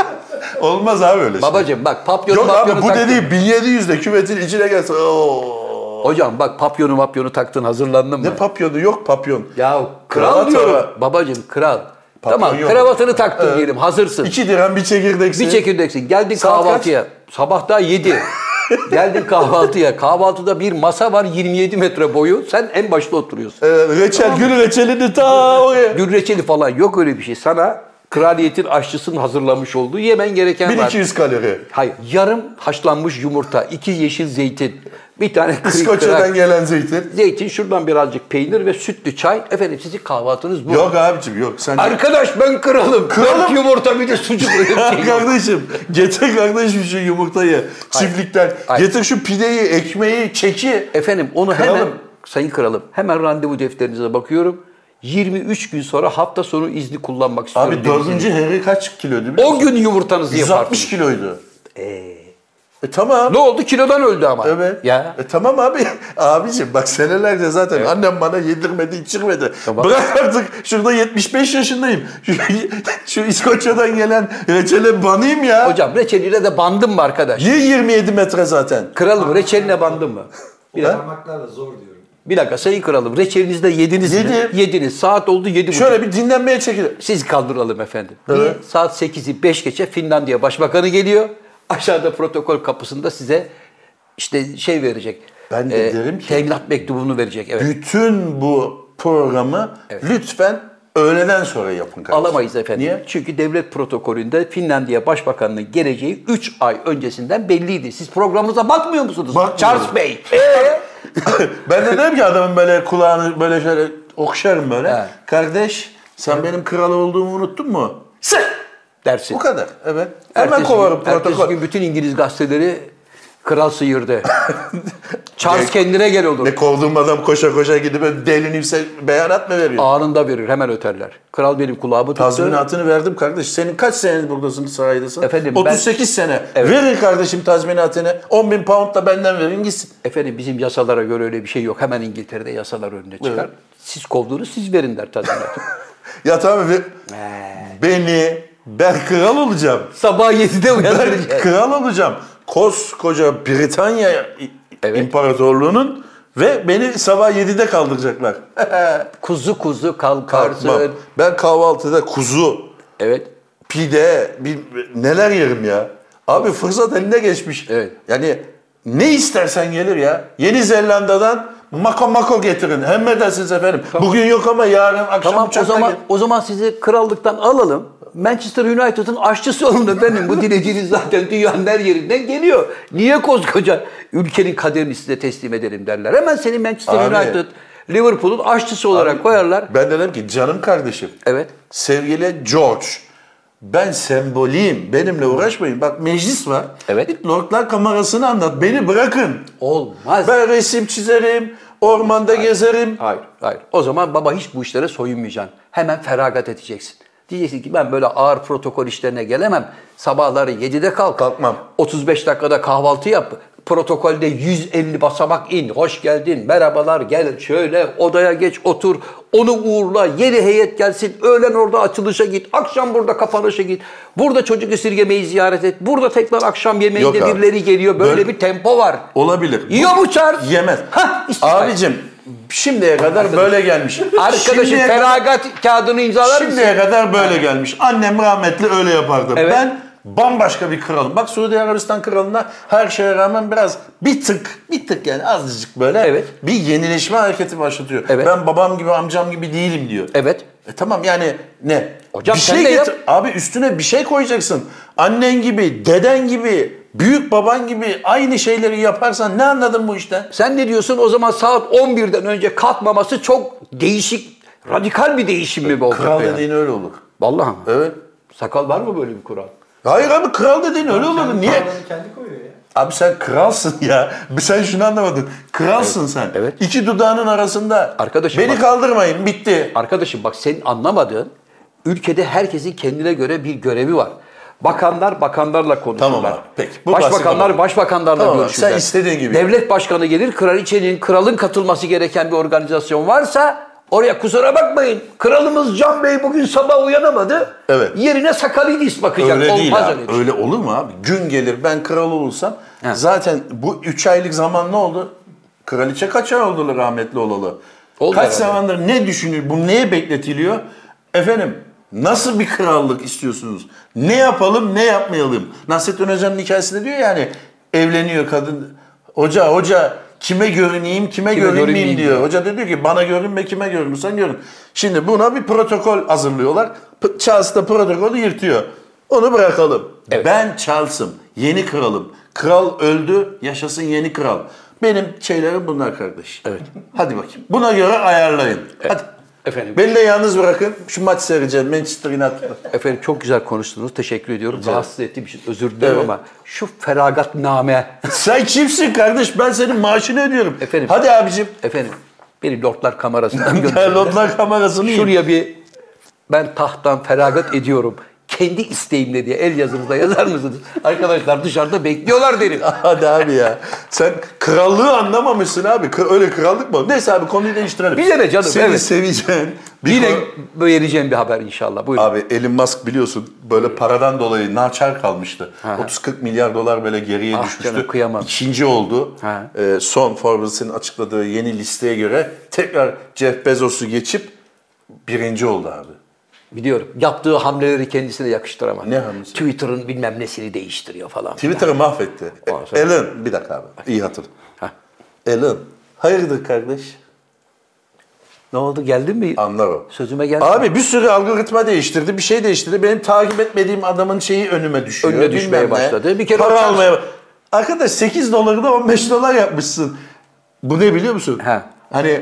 Speaker 2: Olmaz abi öyle şey.
Speaker 1: Babacım bak papyonu
Speaker 2: Yok
Speaker 1: mapyonu
Speaker 2: abi bu
Speaker 1: taktın.
Speaker 2: dediği 1700'de küvetin içine gelse. Oo.
Speaker 1: Hocam bak papyonu mapyonu taktın hazırlandın mı?
Speaker 2: Ne papyonu yok papyon.
Speaker 1: ya kral
Speaker 2: Kravat
Speaker 1: diyorum.
Speaker 2: var.
Speaker 1: Babacım kral.
Speaker 2: Papyon
Speaker 1: tamam
Speaker 2: yok.
Speaker 1: kravatını taktın diyelim hazırsın.
Speaker 2: İki dirhem bir çekirdeksin.
Speaker 1: Bir çekirdeksin. Geldin
Speaker 2: Saat kaç?
Speaker 1: kahvaltıya. Sabah daha 7.
Speaker 2: [LAUGHS]
Speaker 1: Geldin kahvaltıya. Kahvaltıda bir masa var 27 metre boyu. Sen en başta oturuyorsun.
Speaker 2: Ee, reçel, gül reçelini ta oraya.
Speaker 1: Gül reçeli falan yok öyle bir şey. Sana kraliyetin aşçısının hazırlamış olduğu yemen gereken var.
Speaker 2: 1200 kalori.
Speaker 1: Hayır. Yarım haşlanmış yumurta, iki yeşil zeytin, bir tane kırık
Speaker 2: İskoçya'dan
Speaker 1: kırak,
Speaker 2: gelen zeytin.
Speaker 1: zeytin, şuradan birazcık peynir ve sütlü çay. Efendim sizin kahvaltınız bu.
Speaker 2: Yok abicim yok. Sen
Speaker 1: Arkadaş ben kralım.
Speaker 2: Kralım.
Speaker 1: Dört yumurta bir şey de
Speaker 2: [LAUGHS]
Speaker 1: sucuk.
Speaker 2: Ya kardeşim getir kardeşim şu yumurtayı çiftlikten.
Speaker 1: Hayır.
Speaker 2: Getir şu pideyi, ekmeği, çeki.
Speaker 1: Efendim onu
Speaker 2: Kralım.
Speaker 1: hemen sayın kralım hemen randevu defterinize bakıyorum. 23 gün sonra hafta sonu izni kullanmak istiyorum.
Speaker 2: Abi
Speaker 1: demişsiniz.
Speaker 2: dördüncü Henry kaç kiloydu biliyor
Speaker 1: O
Speaker 2: musun?
Speaker 1: gün yumurtanızı yaparsınız.
Speaker 2: 160 kiloydu. E tamam.
Speaker 1: Ee. Ne oldu? Kilodan öldü ama.
Speaker 2: Evet.
Speaker 1: Ya.
Speaker 2: E tamam abi. [LAUGHS] Abicim bak senelerce zaten annem bana yedirmedi, içirmedi.
Speaker 1: Tamam.
Speaker 2: Bırak artık şurada 75 yaşındayım. Şu, [LAUGHS] şu İskoçya'dan gelen reçele banayım ya.
Speaker 1: Hocam reçeliyle de bandım mı arkadaş?
Speaker 2: Niye 27 metre zaten?
Speaker 1: Kıralım reçeline bandım mı?
Speaker 3: O
Speaker 1: Bir dakika,
Speaker 3: parmaklarla zor diyorum.
Speaker 1: bir dakika sayı kıralım. Reçelinizi de yediniz
Speaker 2: Yedim.
Speaker 1: mi? Yediniz. Saat oldu yedi buçuk.
Speaker 2: Şöyle bir dinlenmeye çekil.
Speaker 1: Siz kaldıralım efendim.
Speaker 2: Evet.
Speaker 1: Niye? Saat 8'i 5 geçe Finlandiya Başbakanı geliyor. Aşağıda protokol kapısında size işte şey verecek. Ee,
Speaker 2: Ben de derim ki-
Speaker 1: Teminat mektubunu verecek. Evet.
Speaker 2: Bütün bu programı lütfen öğleden sonra yapın kardeşim.
Speaker 1: Alamayız efendim.
Speaker 2: şey. Niye? [LAUGHS]
Speaker 1: Çünkü devlet protokolünde Finlandiya Başbakanı'nın geleceği 3 ay öncesinden belliydi. Siz programımıza bakmıyor musunuz?
Speaker 2: Bakmıyorum.
Speaker 1: Charles Bey. Ee?
Speaker 2: Ben de derim ki adamın böyle kulağını böyle şöyle okşarım böyle.
Speaker 1: Evet.
Speaker 2: Kardeş sen benim kral olduğumu unuttun mu?
Speaker 1: Sık dersin.
Speaker 2: Bu kadar. Evet. Hemen
Speaker 1: Ertesi
Speaker 2: kovarım
Speaker 1: gün- Ertesi
Speaker 2: protokol.
Speaker 1: gün bütün İngiliz gazeteleri kral
Speaker 2: [LAUGHS]
Speaker 1: sıyırdı. Charles kendine gel olur.
Speaker 2: Ne kovduğum adam koşa koşa gidip böyle delinimse beyanat mı veriyor?
Speaker 1: Anında verir hemen öterler. Kral benim kulağımı tuttu.
Speaker 2: Tazminatını verdim kardeş. Senin kaç senedir buradasın sahadasın?
Speaker 1: Efendim, ben-
Speaker 2: 38 sene. Verin kardeşim tazminatını. 10 bin pound da benden verin gitsin.
Speaker 1: Efendim bizim yasalara göre öyle bir şey yok. Hemen İngiltere'de yasalar önüne çıkar.
Speaker 2: Evet.
Speaker 1: Siz kovdunuz siz verin der tazminatı.
Speaker 2: [LAUGHS] Ya tamam ve- beni ben kral olacağım.
Speaker 1: Sabah 7'de [LAUGHS]
Speaker 2: Ben
Speaker 1: uyanacak.
Speaker 2: kral olacağım. Koskoca Britanya İ-
Speaker 1: Evet.
Speaker 2: İmparatorluğu'nun ve beni sabah 7'de kaldıracaklar.
Speaker 1: kuzu kuzu
Speaker 2: Kalkmam.
Speaker 1: kalkarsın.
Speaker 2: Ben kahvaltıda kuzu,
Speaker 1: Evet.
Speaker 2: pide, bir, neler yerim ya. Abi fırsat eline geçmiş.
Speaker 1: Evet.
Speaker 2: Yani ne istersen gelir ya. Yeni Zelanda'dan mako mako getirin. Hem efendim. Bugün yok ama yarın akşam
Speaker 1: Tamam o
Speaker 2: uçakla
Speaker 1: zaman
Speaker 2: gel-
Speaker 1: o zaman sizi krallıktan alalım. Manchester United'ın aşçısı olun efendim. Bu dileciniz zaten dünyanın her yerinden geliyor. Niye koskoca ülkenin kaderini size teslim edelim derler. Hemen seni Manchester
Speaker 2: Abi.
Speaker 1: United, Liverpool'un aşçısı olarak koyarlar.
Speaker 2: Ben de dedim ki canım kardeşim.
Speaker 1: Evet.
Speaker 2: Sevgili George, ben semboliyim. Benimle uğraşmayın. Bak meclis var.
Speaker 1: Evet.
Speaker 2: Git Lordlar Kamerası'nı anlat. Beni bırakın.
Speaker 1: Olmaz.
Speaker 2: Ben resim çizerim, ormanda gezerim.
Speaker 1: Hayır, hayır. O zaman baba hiç bu işlere soyunmayacaksın. Hemen feragat edeceksin. Diyeceksin ki ben böyle ağır protokol işlerine gelemem. Sabahları 7'de kalk.
Speaker 2: Kalkmam.
Speaker 1: 35 dakikada kahvaltı yap. Protokolde 150 basamak in. Hoş geldin, merhabalar, gel şöyle odaya geç, otur. Onu uğurla, yeni heyet gelsin. Öğlen orada açılışa git, akşam burada kapanışa git. Burada çocuk esirgemeyi ziyaret et. Burada tekrar akşam yemeğinde
Speaker 2: Yok abi.
Speaker 1: birileri geliyor. Böyle,
Speaker 2: Böyle-
Speaker 1: bir tempo var.
Speaker 2: Olabilir.
Speaker 1: Yiyor mu çar?
Speaker 2: Yemez.
Speaker 1: Hah, istisnai.
Speaker 2: Abicim, şimdiye kadar böyle gelmiş.
Speaker 1: Arkadaşın
Speaker 2: Şimdiye-
Speaker 1: feragat kağıdını imzalar mısın?
Speaker 2: Şimdiye kadar böyle gelmiş. Annem rahmetli öyle yapardı.
Speaker 1: Evet.
Speaker 2: Ben bambaşka bir kralım. Bak Suudi Arabistan kralına her şeye rağmen biraz bir tık, bir tık yani azıcık böyle
Speaker 1: Evet.
Speaker 2: bir yenileşme hareketi başlatıyor.
Speaker 1: Evet.
Speaker 2: Ben babam gibi, amcam gibi değilim diyor.
Speaker 1: Evet.
Speaker 2: E tamam yani ne?
Speaker 1: Hocam
Speaker 2: bir
Speaker 1: sen
Speaker 2: şey
Speaker 1: de yap.
Speaker 2: Abi üstüne bir şey koyacaksın. Annen gibi, deden gibi, büyük baban gibi aynı şeyleri yaparsan ne anladın bu işten?
Speaker 1: Sen ne diyorsun? O zaman saat 11'den önce kalkmaması çok değişik, radikal bir değişim mi bu?
Speaker 2: Kral
Speaker 1: Vallahi
Speaker 2: dediğin öyle olur.
Speaker 1: Vallahi mi?
Speaker 2: Evet.
Speaker 1: Sakal var mı böyle bir kural?
Speaker 2: Hayır abi kral dediğin öyle olur.
Speaker 3: Kendi
Speaker 2: Niye?
Speaker 3: kararını Kendi koyuyor ya.
Speaker 2: Abi sen kralsın ya. Sen şunu anlamadın. Kralsın sen.
Speaker 1: evet.
Speaker 2: İki dudağının arasında.
Speaker 1: Arkadaşım
Speaker 2: Beni
Speaker 1: bak-
Speaker 2: kaldırmayın. Bitti.
Speaker 1: Arkadaşım bak senin anlamadığın ülkede herkesin kendine göre bir görevi var. Bakanlar bakanlarla konuşurlar.
Speaker 2: Tamam abi, peki. Bu bahsi
Speaker 1: Başbakanlar
Speaker 2: kapatalım.
Speaker 1: başbakanlarla
Speaker 2: Tamam abi,
Speaker 1: görüşürler.
Speaker 2: sen istediğin gibi yap.
Speaker 1: Devlet başkanı gelir, kraliçenin, kralın katılması gereken bir organizasyon varsa oraya kusura bakmayın. Kralımız Can Bey bugün sabah uyanamadı.
Speaker 2: Evet.
Speaker 1: Yerine Sakalidis bakacak.
Speaker 2: Öyle
Speaker 1: Olmaz
Speaker 2: değil abi.
Speaker 1: öyle bir şey.
Speaker 2: Öyle olur mu abi? Gün gelir ben kral olursam
Speaker 1: He.
Speaker 2: zaten bu üç aylık zaman ne oldu? Kraliçe kaç ay oldu rahmetli olalı?
Speaker 1: Oldu
Speaker 2: kaç
Speaker 1: herhalde.
Speaker 2: zamandır ne düşünüyor? Bu neye bekletiliyor? Efendim nasıl bir krallık istiyorsunuz? Ne yapalım ne yapmayalım? Nasrettin Hoca'nın hikayesinde diyor yani evleniyor kadın. Hoca hoca kime görüneyim kime, görünmeyeyim
Speaker 1: görünmeyeyim
Speaker 2: diyor. Hoca da diyor ki bana görünme kime görünürsen görün. Şimdi buna bir protokol hazırlıyorlar. P- Charles da protokolü yırtıyor. Onu bırakalım.
Speaker 1: Evet.
Speaker 2: Ben Charles'ım. Yeni kralım. Kral öldü. Yaşasın yeni kral. Benim şeylerim bunlar kardeş. Evet. Hadi bakayım. Buna göre ayarlayın. Hadi.
Speaker 1: Efendim.
Speaker 2: Beni de yalnız bırakın. Şu maç seyredeceğim.
Speaker 1: [LAUGHS]
Speaker 2: Manchester United'da.
Speaker 1: Efendim çok güzel konuştunuz. Teşekkür ediyorum. Rahatsız ettiğim için özür dilerim
Speaker 2: Evet.
Speaker 1: ama şu feragatname
Speaker 2: Sen kimsin kardeş? Ben senin maaşını ödüyorum.
Speaker 1: Efendim.
Speaker 2: Hadi abicim.
Speaker 1: efendim beni Lordlar
Speaker 2: [LAUGHS]
Speaker 1: kamerasından gönderin.
Speaker 2: Lordlar kamerasını yiyin.
Speaker 1: Şuraya bir ben tahttan feragat ediyorum. kendi isteğimle diye el yazınıza yazar mısınız? Arkadaşlar dışarıda bekliyorlar derim.
Speaker 2: [LAUGHS] Hadi abi ya. Sen krallığı anlamamışsın abi. Kı- Öyle krallık mı? Neyse abi konuyu değiştirelim.
Speaker 1: Bize ne canım,
Speaker 2: Seni
Speaker 1: evet.
Speaker 2: seveceğin bir
Speaker 1: Yine
Speaker 2: konu-
Speaker 1: vereceğim bir haber inşallah. Buyurun.
Speaker 2: Abi Elon Musk biliyorsun böyle paradan dolayı naçar kalmıştı. 30-40 milyar dolar böyle geriye
Speaker 1: Ah
Speaker 2: düşmüştü.
Speaker 1: canım, kıyamam.
Speaker 2: İkinci oldu.
Speaker 1: Ha.
Speaker 2: Ee, son Forbes'in açıkladığı yeni listeye göre tekrar Jeff Bezos'u geçip birinci oldu abi.
Speaker 1: Biliyorum. Yaptığı hamleleri kendisine yakıştıramam.
Speaker 2: Ne hamlesi?
Speaker 1: Twitter'ın bilmem nesini değiştiriyor falan. filan.
Speaker 2: Twitter'ı mahvetti.
Speaker 1: Ondan sonra-
Speaker 2: Elon bir dakika abi iyi hatırla.
Speaker 1: Ha.
Speaker 2: Elon hayırdır kardeş?
Speaker 1: Ne oldu geldin mi?
Speaker 2: Anlar o.
Speaker 1: Sözüme geldi.
Speaker 2: Abi bir sürü algoritma değiştirdi, bir şey değiştirdi. Benim takip etmediğim adamın şeyi önüme düşüyor.
Speaker 1: Önüne
Speaker 2: bilmem
Speaker 1: düşmeye
Speaker 2: ne.
Speaker 1: başladı. Bir kere o
Speaker 2: Para
Speaker 1: çarşı-
Speaker 2: almaya... Arkadaş 8 doları da 15 dolar yapmışsın. Bu ne biliyor musun?
Speaker 1: He.
Speaker 2: Hani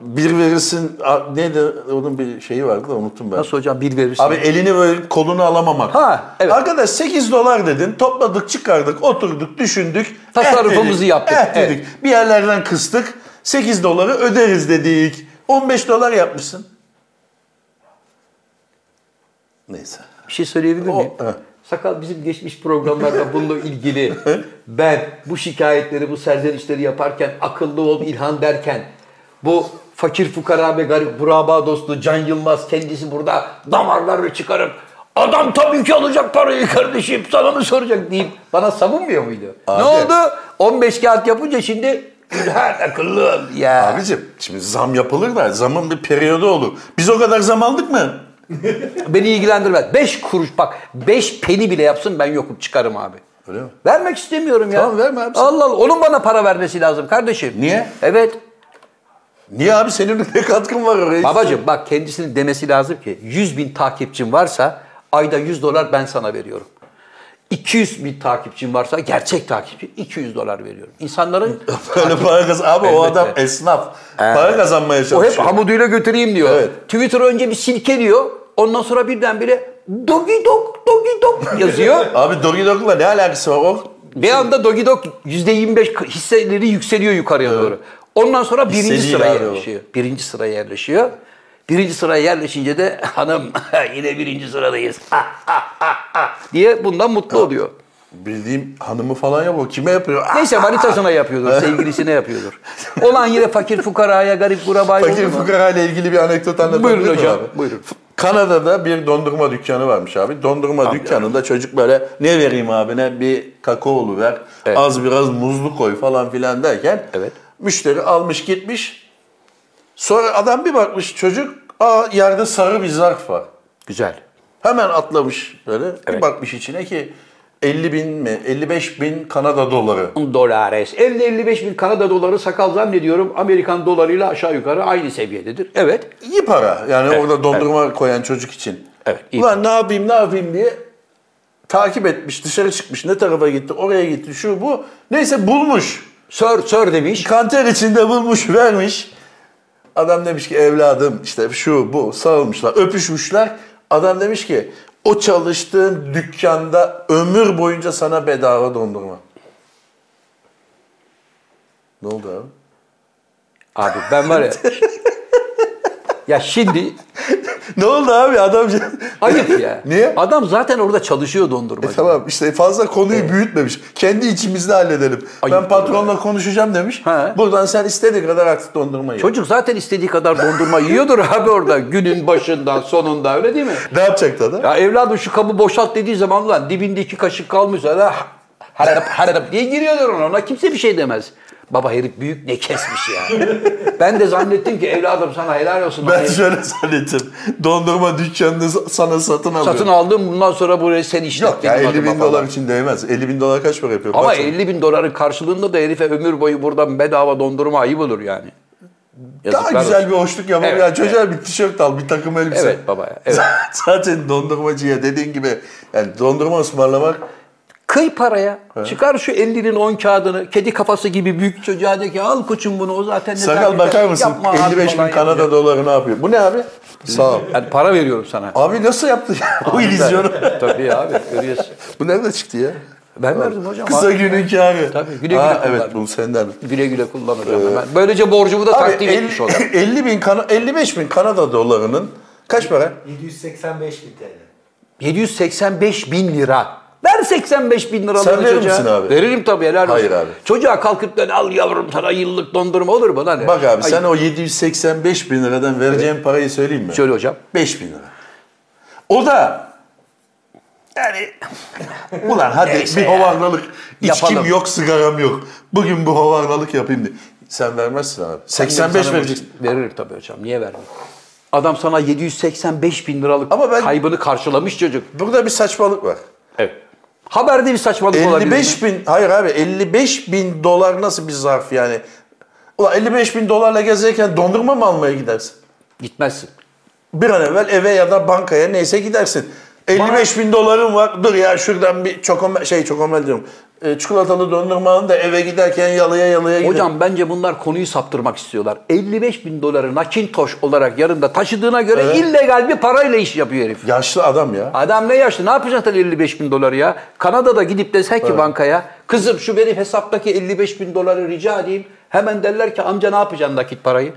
Speaker 2: bir verirsin, a- neydi onun bir şeyi vardı da unuttum ben.
Speaker 1: Nasıl hocam bir verirsin?
Speaker 2: Abi elini böyle kolunu alamamak.
Speaker 1: Ha, evet.
Speaker 2: Arkadaş 8 dolar dedin, topladık, çıkardık, oturduk, düşündük.
Speaker 1: Tasarrufumuzu
Speaker 2: eh dedik,
Speaker 1: yaptık,
Speaker 2: eh
Speaker 1: evet.
Speaker 2: dedik. Bir yerlerden kıstık, 8 doları öderiz dedik. 15 dolar yapmışsın. Neyse.
Speaker 1: Bir şey söyleyebilir
Speaker 2: O-
Speaker 1: miyim?
Speaker 2: evet.
Speaker 1: Sakal bizim geçmiş programlarda bununla ilgili ben bu şikayetleri, bu serzenişleri yaparken akıllı ol İlhan derken bu fakir fukara ve garip buraba dostu Can Yılmaz kendisi burada damarları çıkarıp adam tabii ki alacak parayı kardeşim sana mı soracak deyip bana savunmuyor muydu?
Speaker 2: Abi.
Speaker 1: Ne oldu? 15 kağıt yapınca şimdi İlhan akıllı ol ya.
Speaker 2: Abicim şimdi zam yapılır da zamın bir periyodu olur. Biz o kadar zam aldık mı?
Speaker 1: Beni ilgilendirmez. 5 kuruş bak 5 peni bile yapsın ben yokum çıkarım abi.
Speaker 2: Öyle mi?
Speaker 1: Vermek istemiyorum ya.
Speaker 2: Tamam, verme abi sen.
Speaker 1: Allah Allah onun bana para vermesi lazım kardeşim.
Speaker 2: Niye?
Speaker 1: Evet.
Speaker 2: Niye abi senin ne katkın var oraya?
Speaker 1: Babacım bak kendisinin demesi lazım ki 100 bin takipçim varsa ayda 100 dolar ben sana veriyorum. 200 bin takipçim varsa gerçek takipçi 200 dolar veriyorum. İnsanların
Speaker 2: Böyle para kaz abi o
Speaker 1: Elbette.
Speaker 2: adam esnaf. Para kazanmaya
Speaker 1: o hep
Speaker 2: çalışıyor.
Speaker 1: hamuduyla götüreyim diyor.
Speaker 2: Evet.
Speaker 1: Twitter önce bir silkeliyor. Ondan sonra birdenbire dogi dog dogi dog
Speaker 2: [LAUGHS]
Speaker 1: yazıyor.
Speaker 2: Abi Dogi Dog'la ne alakası var? O
Speaker 1: Bir anda Dogi Dog %25 hisseleri yükseliyor yukarıya doğru. Ondan sonra birinci
Speaker 2: Hisseliyle
Speaker 1: sıraya
Speaker 2: abi o.
Speaker 1: yerleşiyor. Birinci sıraya yerleşiyor. Birinci sıraya yerleşince de [LAUGHS] hanım yine birinci sıradayız [LAUGHS] diye bundan mutlu oluyor.
Speaker 2: Bildiğim hanımı falan yok. O kime yapıyor? Ah!
Speaker 1: Neyse manitasına
Speaker 2: [LAUGHS]
Speaker 1: yapıyordur, sevgilisine yapıyordur. Olan yine fakir fukaraya, garip kurabaya
Speaker 2: Fakir
Speaker 1: olur mu?
Speaker 2: fukara ile ilgili bir anekdot anlatabilir
Speaker 1: Buyurun
Speaker 2: miyim
Speaker 1: hocam,
Speaker 2: abi?
Speaker 1: buyurun.
Speaker 2: F- Kanada'da bir dondurma dükkanı varmış abi. Dondurma dükkanında çocuk böyle ne vereyim abine bir kakaolu ver,
Speaker 1: Evet.
Speaker 2: az biraz muzlu koy falan filan derken
Speaker 1: Evet.
Speaker 2: müşteri almış gitmiş. Sonra adam bir bakmış çocuk aa yerde sarı bir zarf var.
Speaker 1: Güzel.
Speaker 2: Hemen atlamış böyle bir
Speaker 1: Evet.
Speaker 2: bakmış içine ki 50 bin mi 55 bin Kanada doları.
Speaker 1: Dolares. 50-55 bin Kanada doları sakal zannediyorum Amerikan dolarıyla aşağı yukarı aynı seviyededir. Evet.
Speaker 2: İyi para. Yani orada dondurma koyan çocuk için.
Speaker 1: Evet, iyi
Speaker 2: Ulan ne yapayım ne yapayım diye takip etmiş, dışarı çıkmış. Ne tarafa gitti, oraya gitti, şu bu. Neyse bulmuş.
Speaker 1: Sör, sör demiş.
Speaker 2: Kanter içinde bulmuş, vermiş. Adam demiş ki evladım işte şu bu sarılmışlar, öpüşmüşler. Adam demiş ki o çalıştığın dükkanda ömür boyunca sana bedava dondurma. Ne oldu abi?
Speaker 1: Abi ben var
Speaker 2: [LAUGHS]
Speaker 1: ya. ya şimdi
Speaker 2: Ne oldu abi adam?
Speaker 1: ayıp ya.
Speaker 2: Niye? E,
Speaker 1: Adam zaten orada çalışıyor dondurmacı.
Speaker 2: Tamam işte fazla konuyu büyütmemiş. Kendi içimizde halledelim.
Speaker 1: Ayıp
Speaker 2: ben patronla konuşacağım demiş.
Speaker 1: He.
Speaker 2: Buradan sen istediğin kadar artık dondurmayı.
Speaker 1: Çocuk zaten istediği kadar dondurma yiyordur abi orada günün başından sonunda öyle değil mi?
Speaker 2: Ne yapacaktı adam?
Speaker 1: Ya evladım şu kabı boşalt dediği zaman lan dibinde iki kaşık kalmış hala harap harap diye giriyordur ona. Ona kimse bir şey demez. Baba herif büyük ne kesmiş ya. ben de zannettim ki evladım sana helal olsun.
Speaker 2: Ben
Speaker 1: Hani-
Speaker 2: şöyle zannettim. Dondurma dükkanını sa- sana satın alıyor.
Speaker 1: satın aldım bundan sonra burayı sen işlet.
Speaker 2: Yok ya
Speaker 1: benim
Speaker 2: 50
Speaker 1: adıma
Speaker 2: bin
Speaker 1: falan.
Speaker 2: dolar için değmez. 50 bin dolar kaç para yapıyor?
Speaker 1: Ama
Speaker 2: Kaç?
Speaker 1: 50 bin doların karşılığında da herife ömür boyu buradan bedava dondurma ayıp olur yani.
Speaker 2: Daha
Speaker 1: Yazıklar
Speaker 2: güzel
Speaker 1: olsun.
Speaker 2: bir hoşluk yapıp
Speaker 1: Evet,
Speaker 2: ya çocuğa bir tişört al, bir takım elbise.
Speaker 1: Evet baba ya, evet.
Speaker 2: [LAUGHS] Zaten dondurmacıya dediğin gibi yani dondurma ısmarlamak
Speaker 1: Kıy paraya. Çıkar şu 50'nin 10 kağıdını. Kedi kafası gibi büyük çocuğa de ki al koçum bunu o zaten. ne
Speaker 2: sakal
Speaker 1: zanneder,
Speaker 2: bakar mısın?
Speaker 1: yapma abi
Speaker 2: 55 bin
Speaker 1: falan
Speaker 2: Kanada
Speaker 1: yapacak.
Speaker 2: doları ne yapıyor? Bu ne abi? Sağ ol.
Speaker 1: Yani para veriyorum sana.
Speaker 2: Abi nasıl yaptı ya [LAUGHS] bu illüzyonu?
Speaker 1: Tabii abi görüyorsun.
Speaker 2: Bu nerede çıktı ya?
Speaker 1: Ben verdim hocam.
Speaker 2: Kısa
Speaker 1: abi.
Speaker 2: günün kârı.
Speaker 1: Tabii, güle güle
Speaker 2: Ha,
Speaker 1: kullan.
Speaker 2: evet bunu senden.
Speaker 1: Güle güle kullanacağım hemen. Böylece borcumu da
Speaker 2: Abi
Speaker 1: takdim etmiş
Speaker 2: [LAUGHS]
Speaker 1: oldum.
Speaker 2: 50 bin Kana- 55 bin Kanada dolarının kaç para?
Speaker 3: 785 bin TL.
Speaker 1: 785 bin lira. Ver 85 bin liraları
Speaker 2: Sen verir
Speaker 1: çocuğa.
Speaker 2: misin abi?
Speaker 1: Veririm tabii helal olsun.
Speaker 2: Hayır abi.
Speaker 1: Çocuğa kalkıp ben al yavrum sana yıllık dondurma olur mu lan?
Speaker 2: Bak abi
Speaker 1: Ay,
Speaker 2: sen o 785 bin liradan vereceğim parayı söyleyeyim mi?
Speaker 1: Söyle hocam.
Speaker 2: 5 bin lira. O da yani ulan hadi
Speaker 1: Neyse
Speaker 2: bir
Speaker 1: ya.
Speaker 2: hovarlalık. İçkim
Speaker 1: Yapalım.
Speaker 2: yok, sigaram yok. Bugün bir hovarlalık yapayım diye. Sen vermezsin abi. 85
Speaker 1: sana
Speaker 2: vereceksin.
Speaker 1: Veririm tabii hocam. Niye vermem? Adam sana 785 bin liralık
Speaker 2: Ama ben-
Speaker 1: kaybını karşılamış çocuk.
Speaker 2: Burada bir saçmalık var.
Speaker 1: Evet. Haberde bir saçmalık olabilir.
Speaker 2: 55 bin, hayır abi 55 bin dolar nasıl bir zarf yani? Ulan 55 bin dolarla gezerken dondurma mı almaya gidersin?
Speaker 1: Gitmezsin.
Speaker 2: Bir an evvel eve ya da bankaya neyse gidersin. 55 bin dolarım var. Dur ya şuradan bir çokomel, şey çokomel diyorum. E, çikolatalı dondurma alın da eve giderken yalaya yalaya gidelim.
Speaker 1: Hocam bence bunlar konuyu saptırmak istiyorlar. 55 bin doları nakintoş olarak yanında taşıdığına göre
Speaker 2: Evet.
Speaker 1: illegal bir parayla iş yapıyor herif.
Speaker 2: Yaşlı adam ya.
Speaker 1: Adam ne yaşlı ne yapacaksın 55 bin doları ya? Kanada'da gidip desen ki bankaya kızım şu benim hesaptaki 55 bin doları rica edeyim. Hemen derler ki amca ne yapacaksın nakit parayı?